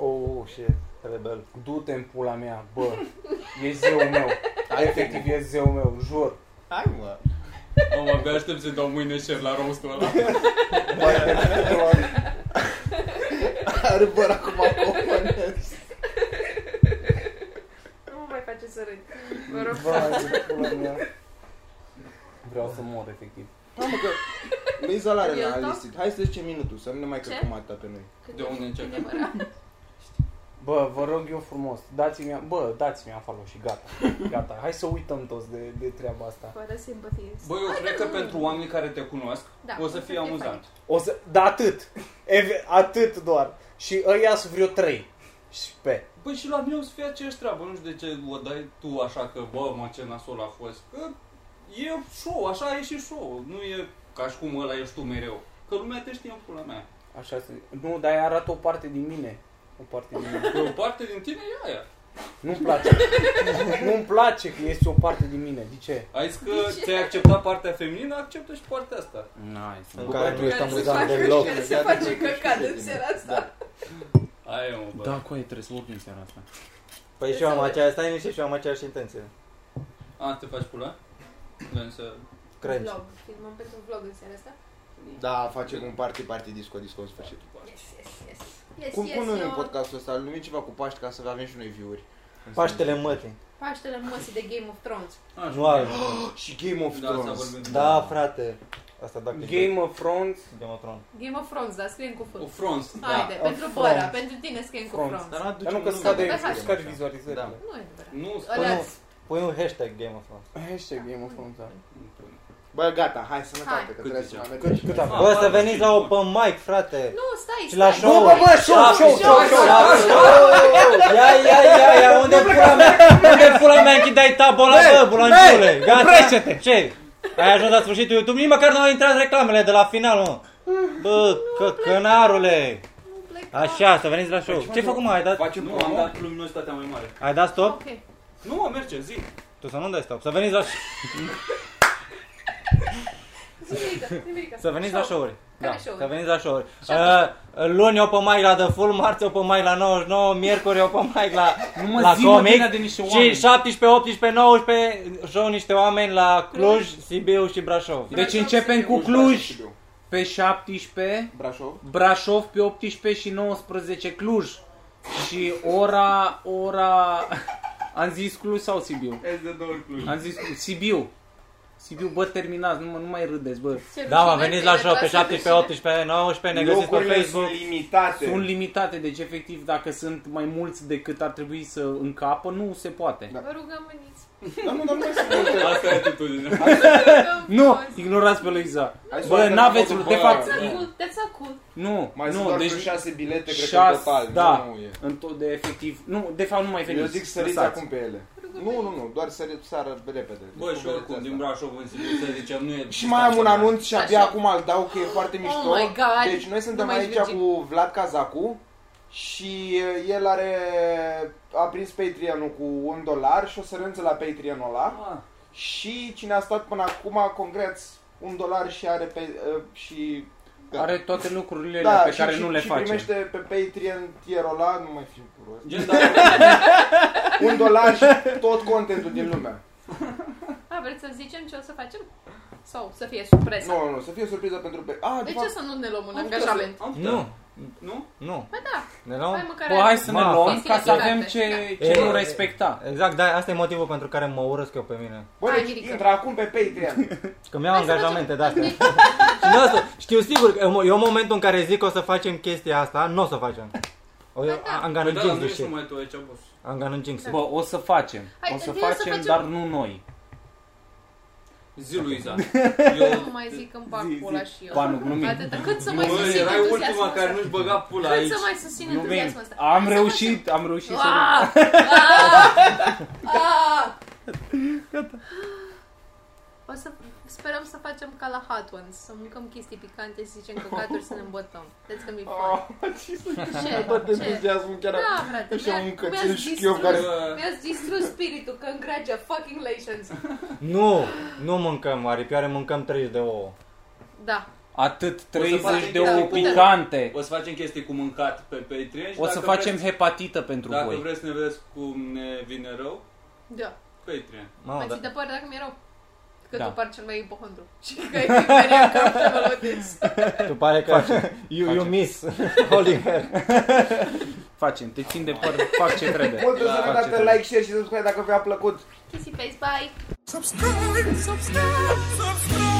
E: Oh, shit, rebel.
A: Du-te în pula mea, bă! E zeul meu! Efectiv, e zeul meu, jur!
F: Hai mă!
C: Am abia aștept să dau mâine share la roastul ăla.
F: <laughs> Are băr acum component.
B: Nu mă mai face să râd. Vă rog. rău.
A: Vai, de pula mea. Vreau să mor, efectiv.
F: Mamă că nu-i zalare la
B: Iuto?
F: listit. Hai să zicem minutul, să nu ne mai
B: Adică Ce?
F: căcăm atâta pe noi.
B: Cât
C: De unde începem?
B: cât de măra.
A: Bă, vă rog eu frumos, dați-mi, bă, dați-mi follow și gata, gata. Hai să uităm toți de, de treaba asta.
B: Fără simpatie.
C: Bă, eu cred că pentru oamenii care te cunosc
B: Da,
C: o să fie amuzant.
A: O să, da, atât, Ev- atât doar. Și ăia sunt vreo trei. Și pe.
C: Băi, Păi și la mine o să fie aceeași treabă, nu știu de ce o dai tu așa că, bă, mă, ce nasol a fost. Că e show, așa e și show, nu e ca și cum ăla ești tu mereu. Că lumea te știe în pula mea.
A: Așa se... Nu, dar ea arată o parte din mine. O parte din mine.
C: Că o parte din tine e aia.
A: Nu-mi place. Nu-mi place că este o parte din mine. De ce?
C: Ai zis că
B: De ce?
C: ți-ai acceptat partea feminină, acceptă și partea asta.
A: Nice.
F: În care nu
B: Care se
A: Păi
F: ești
A: da, exact
F: amuzant
B: facă-
F: deloc.
B: care se
F: Iată,
B: face
F: nu știu
B: căcat
F: de
B: în
F: mine.
B: seara asta.
F: Da.
C: Aia e, mă,
E: Da.
C: bă.
A: Da,
G: cu ei trebuie să vorbim seara asta.
E: Păi și eu am aceeași, stai niște și eu am aceeași intenție.
C: A, te faci pula? Da, Însă,
E: Cringe.
B: Vlog. Filmăm pentru vlog în seara asta.
F: Da, facem un party, party, disco, disco în sfârșit.
B: Yes, yes, yes. Yes,
F: Cum
B: yes,
F: punem
B: eu-
F: în podcastul ăsta? Îl numim ceva cu Paști ca să avem și noi view-uri.
E: Paștele mătii.
B: Paștele măsii de Game of Thrones.
C: așa.
E: Nu al.
F: Și Game of
C: Da, asta
F: Thrones.
C: vorbim.
E: Da, frate. Asta dacă
A: Game of Thrones.
F: Deci
E: Game of Thrones.
B: Game of Thrones, da, scriem cu F.
C: O frons.
B: Haide,
A: da,
B: pentru
A: of
B: Băra,
A: Thrones.
B: pentru tine scriem cu
A: Thrones.
B: Thrones.
F: Dar nu aducem
A: Dar nu că
F: un nume.
A: scade,
B: Așa.
A: scade vizualizările.
F: Da.
B: Nu e adevărat.
C: Nu, stai.
B: Ăla-
E: da? nu. Pui un hashtag Game of Thrones.
A: Hashtag Game of Thrones, da.
F: Bă, gata, hai sănătate,
B: Hai.
F: că
C: Cât
F: trebuie să
C: zicem?
F: mai mergem.
A: Cât, cât avem?
E: Bă, să veniți la open mic, frate.
B: Nu, stai,
E: Și la
B: stai.
E: show. Bă, bă,
A: bă, show,
F: Da.
C: Da,
A: show, show,
E: show, Ia, ia, ia, ia, unde pula mea, unde pula mea închidai tabola, bă, bulangiule, gata, ce? Ai ajuns la sfârșitul YouTube, nici măcar nu au intrat reclamele de la final, mă. Bă, căcănarule.
B: Nu pleca.
E: Așa, să veniți la show. Ce ai făcut, mă, ai dat?
C: Facem nu, am dat luminositatea mai mare.
E: Ai dat stop?
B: Ok.
C: Nu, mă, merge, zi.
E: Tu să nu dai stop, să veniți la,
B: Nimica, nimica.
E: să veniți la show-uri. Da,
B: Care
E: Să
B: show?
E: veniți la show-uri. Uh, luni open mic la The Full, marți open mic la 99, miercuri open mic la,
A: Nu mă
E: la
A: zi, mă,
E: comic.
A: bine de niște
E: Și
A: oameni.
E: 17, 18, 19 show niște oameni la Cluj, Sibiu și Brașov.
A: Deci începem cu Cluj pe 17.
F: Brașov.
A: Brașov pe 18 și 19 Cluj. Și ora, ora, <laughs> am zis Cluj sau Sibiu?
C: Ești de două Cluj.
A: Am zis Sibiu. Sibiu, bă, terminați, nu, mă, nu mai râdeți, bă.
B: Ce
E: Da, mă,
B: rușine,
E: veniți la
B: ce
E: show pe
B: rușine.
E: 17, 18, 19, ne găsiți pe
F: Locurile
E: Facebook.
F: sunt limitate.
A: Sunt limitate, deci efectiv dacă sunt mai mulți decât ar trebui să încapă, nu se poate.
F: Da.
B: Vă rugăm, veniți.
F: Dar nu, dar nu mai sunt multe.
C: Asta e atitudinea.
B: Vă rugăm
A: Eh, Nu,
B: frumos.
A: ignorați pe Luiza.
F: Hai să
A: Bă,
F: vedem
A: n-aveți,
F: modul,
A: de
F: bă.
A: fapt,
B: That's not cool, that's not cool.
A: nu,
F: Mai sunt
A: nu,
F: doar
A: deci
F: deci șase bilete, cred că în
A: șase,
F: total.
A: da.
F: Nu e.
A: în tot de efectiv, nu, de fapt nu mai veniți.
F: Eu zic săriți
A: lăsați.
F: acum pe ele. Nu, nu, nu, doar săriți sară repede.
C: Bă, și oricum, din Brașov în Sibiu, să zicem, nu e...
F: Și mai am un anunț și abia
B: Așa. Oh
F: acum îl dau că e foarte mișto.
B: my God.
F: Deci noi suntem
B: Nu mai
F: aici
B: știu ce-
F: cu Vlad Cazacu și uh, el are a prins Patreon-ul cu un dolar și o să renunțe la Patreon-ul ăla.
C: Ah,
F: Și cine a stat până acum, congrats, un dolar și are pe, uh, și
A: Are toate lucrurile
F: da,
A: alea pe
F: și,
A: care
F: și,
A: nu le
F: și
A: face.
F: primește pe Patreon tierul ăla, nu mai fiu prost.
C: Gen, dar
F: <laughs> Un dolar și tot contentul din lume.
B: A, vreți să zicem ce o să facem? Sau să fie surpresă?
F: Nu, nu, nu, să fie surpriză pentru pe... Ah, de
B: De
F: fapt,
B: ce să nu ne luăm un
C: am putea
B: angajament?
C: să- am putea.
E: Nu,
C: Nu?
E: nu.
B: Ba da,
E: Ne
B: hai
E: luăm?
B: măcar
A: Bă, Păi, hai să ne
E: Ma,
A: luăm
B: fix
A: ca să
B: limitate.
A: avem ce, ce
E: E,
A: nu
E: e,
A: respecta.
E: Exact, da, asta e motivul pentru care mă urăsc eu pe mine.
F: Bă,
B: Hai,
F: deci
B: Mirica.
F: intră acum pe Patreon.
B: <laughs>
E: Că mi-au
B: Hai să
E: angajamente
A: da,
E: de astea. Și de asta, știu sigur, că eu în momentul în care zic că o să facem chestia asta, nu o să facem. O, eu, I'm
C: Păi da,
E: gonna
C: dar
E: jinx
C: nu
E: this
C: ești
E: shit.
C: numai tu aici, boss.
E: I'm gonna jinx
B: Da.
E: it.
A: Bă, o să facem.
B: Hai,
A: o să
B: trebuie să
A: facem,
B: facem-
A: dar nu noi.
C: Zi, Luiza. Eu...
B: nu mai zic în bag pula și eu.
A: Ba, nu, glumim.
B: Atâta, cât să mai
C: Bă,
B: susțin
C: Păi, erai
B: entuziasmul
C: ultima
B: ăsta?
C: care nu-și băga pula
B: Cât
C: aici.
B: să mai susțin
A: Glumim.
B: entuziasmul ăsta?
A: Am
B: Hai să
A: reușit, am reușit să...
B: Ah! Ah! Ah! O să sperăm să facem ca la Hot Ones, să mâncăm chestii picante și să zicem căcaturi să ne îmbătăm. That's gonna be fun.
F: Ah, ce să
B: Oh, Ce?
F: Bă, de
B: Ce?
F: entuziasm chiar
B: Da, frate,
F: Așa
B: mi-a-
F: un cățel
B: mi-ați
F: șchiop
B: distrus-
F: care-
C: Bă,
B: Mi-ați distrus spiritul că îngragea fucking lations.
E: Nu, nu mâncăm aripioare, mâncăm 30 de ouă.
B: Da.
A: Atât,
C: facem
A: 30 de
C: chestii
A: ouă
C: cu-
A: picante.
C: O să facem chestii cu mâncat pe Patreon și
A: O să
C: dacă
A: facem
C: vreți-
A: hepatită pentru
C: Dacă
A: voi.
C: vreți să ne vedeți cum ne vine rău,
B: Da.
C: Patreon.
E: Mamă,
B: Mă
E: da.
B: ții de păr dacă mi-e rău. Că
A: Da.
B: tu pari cel mai ipohondru. <laughs> Și că ai femeie că să mă lăudezi.
E: <laughs> Tu pare că you, you miss holding her.
A: Facem, te țin de păr, fac ce trebuie.
F: Multă să ne
A: Fac ce
F: dați
A: trebuie.
F: like, share și subscribe dacă v-a plăcut.
B: Kissy face, bye!
G: subscribe, subscribe, subscribe.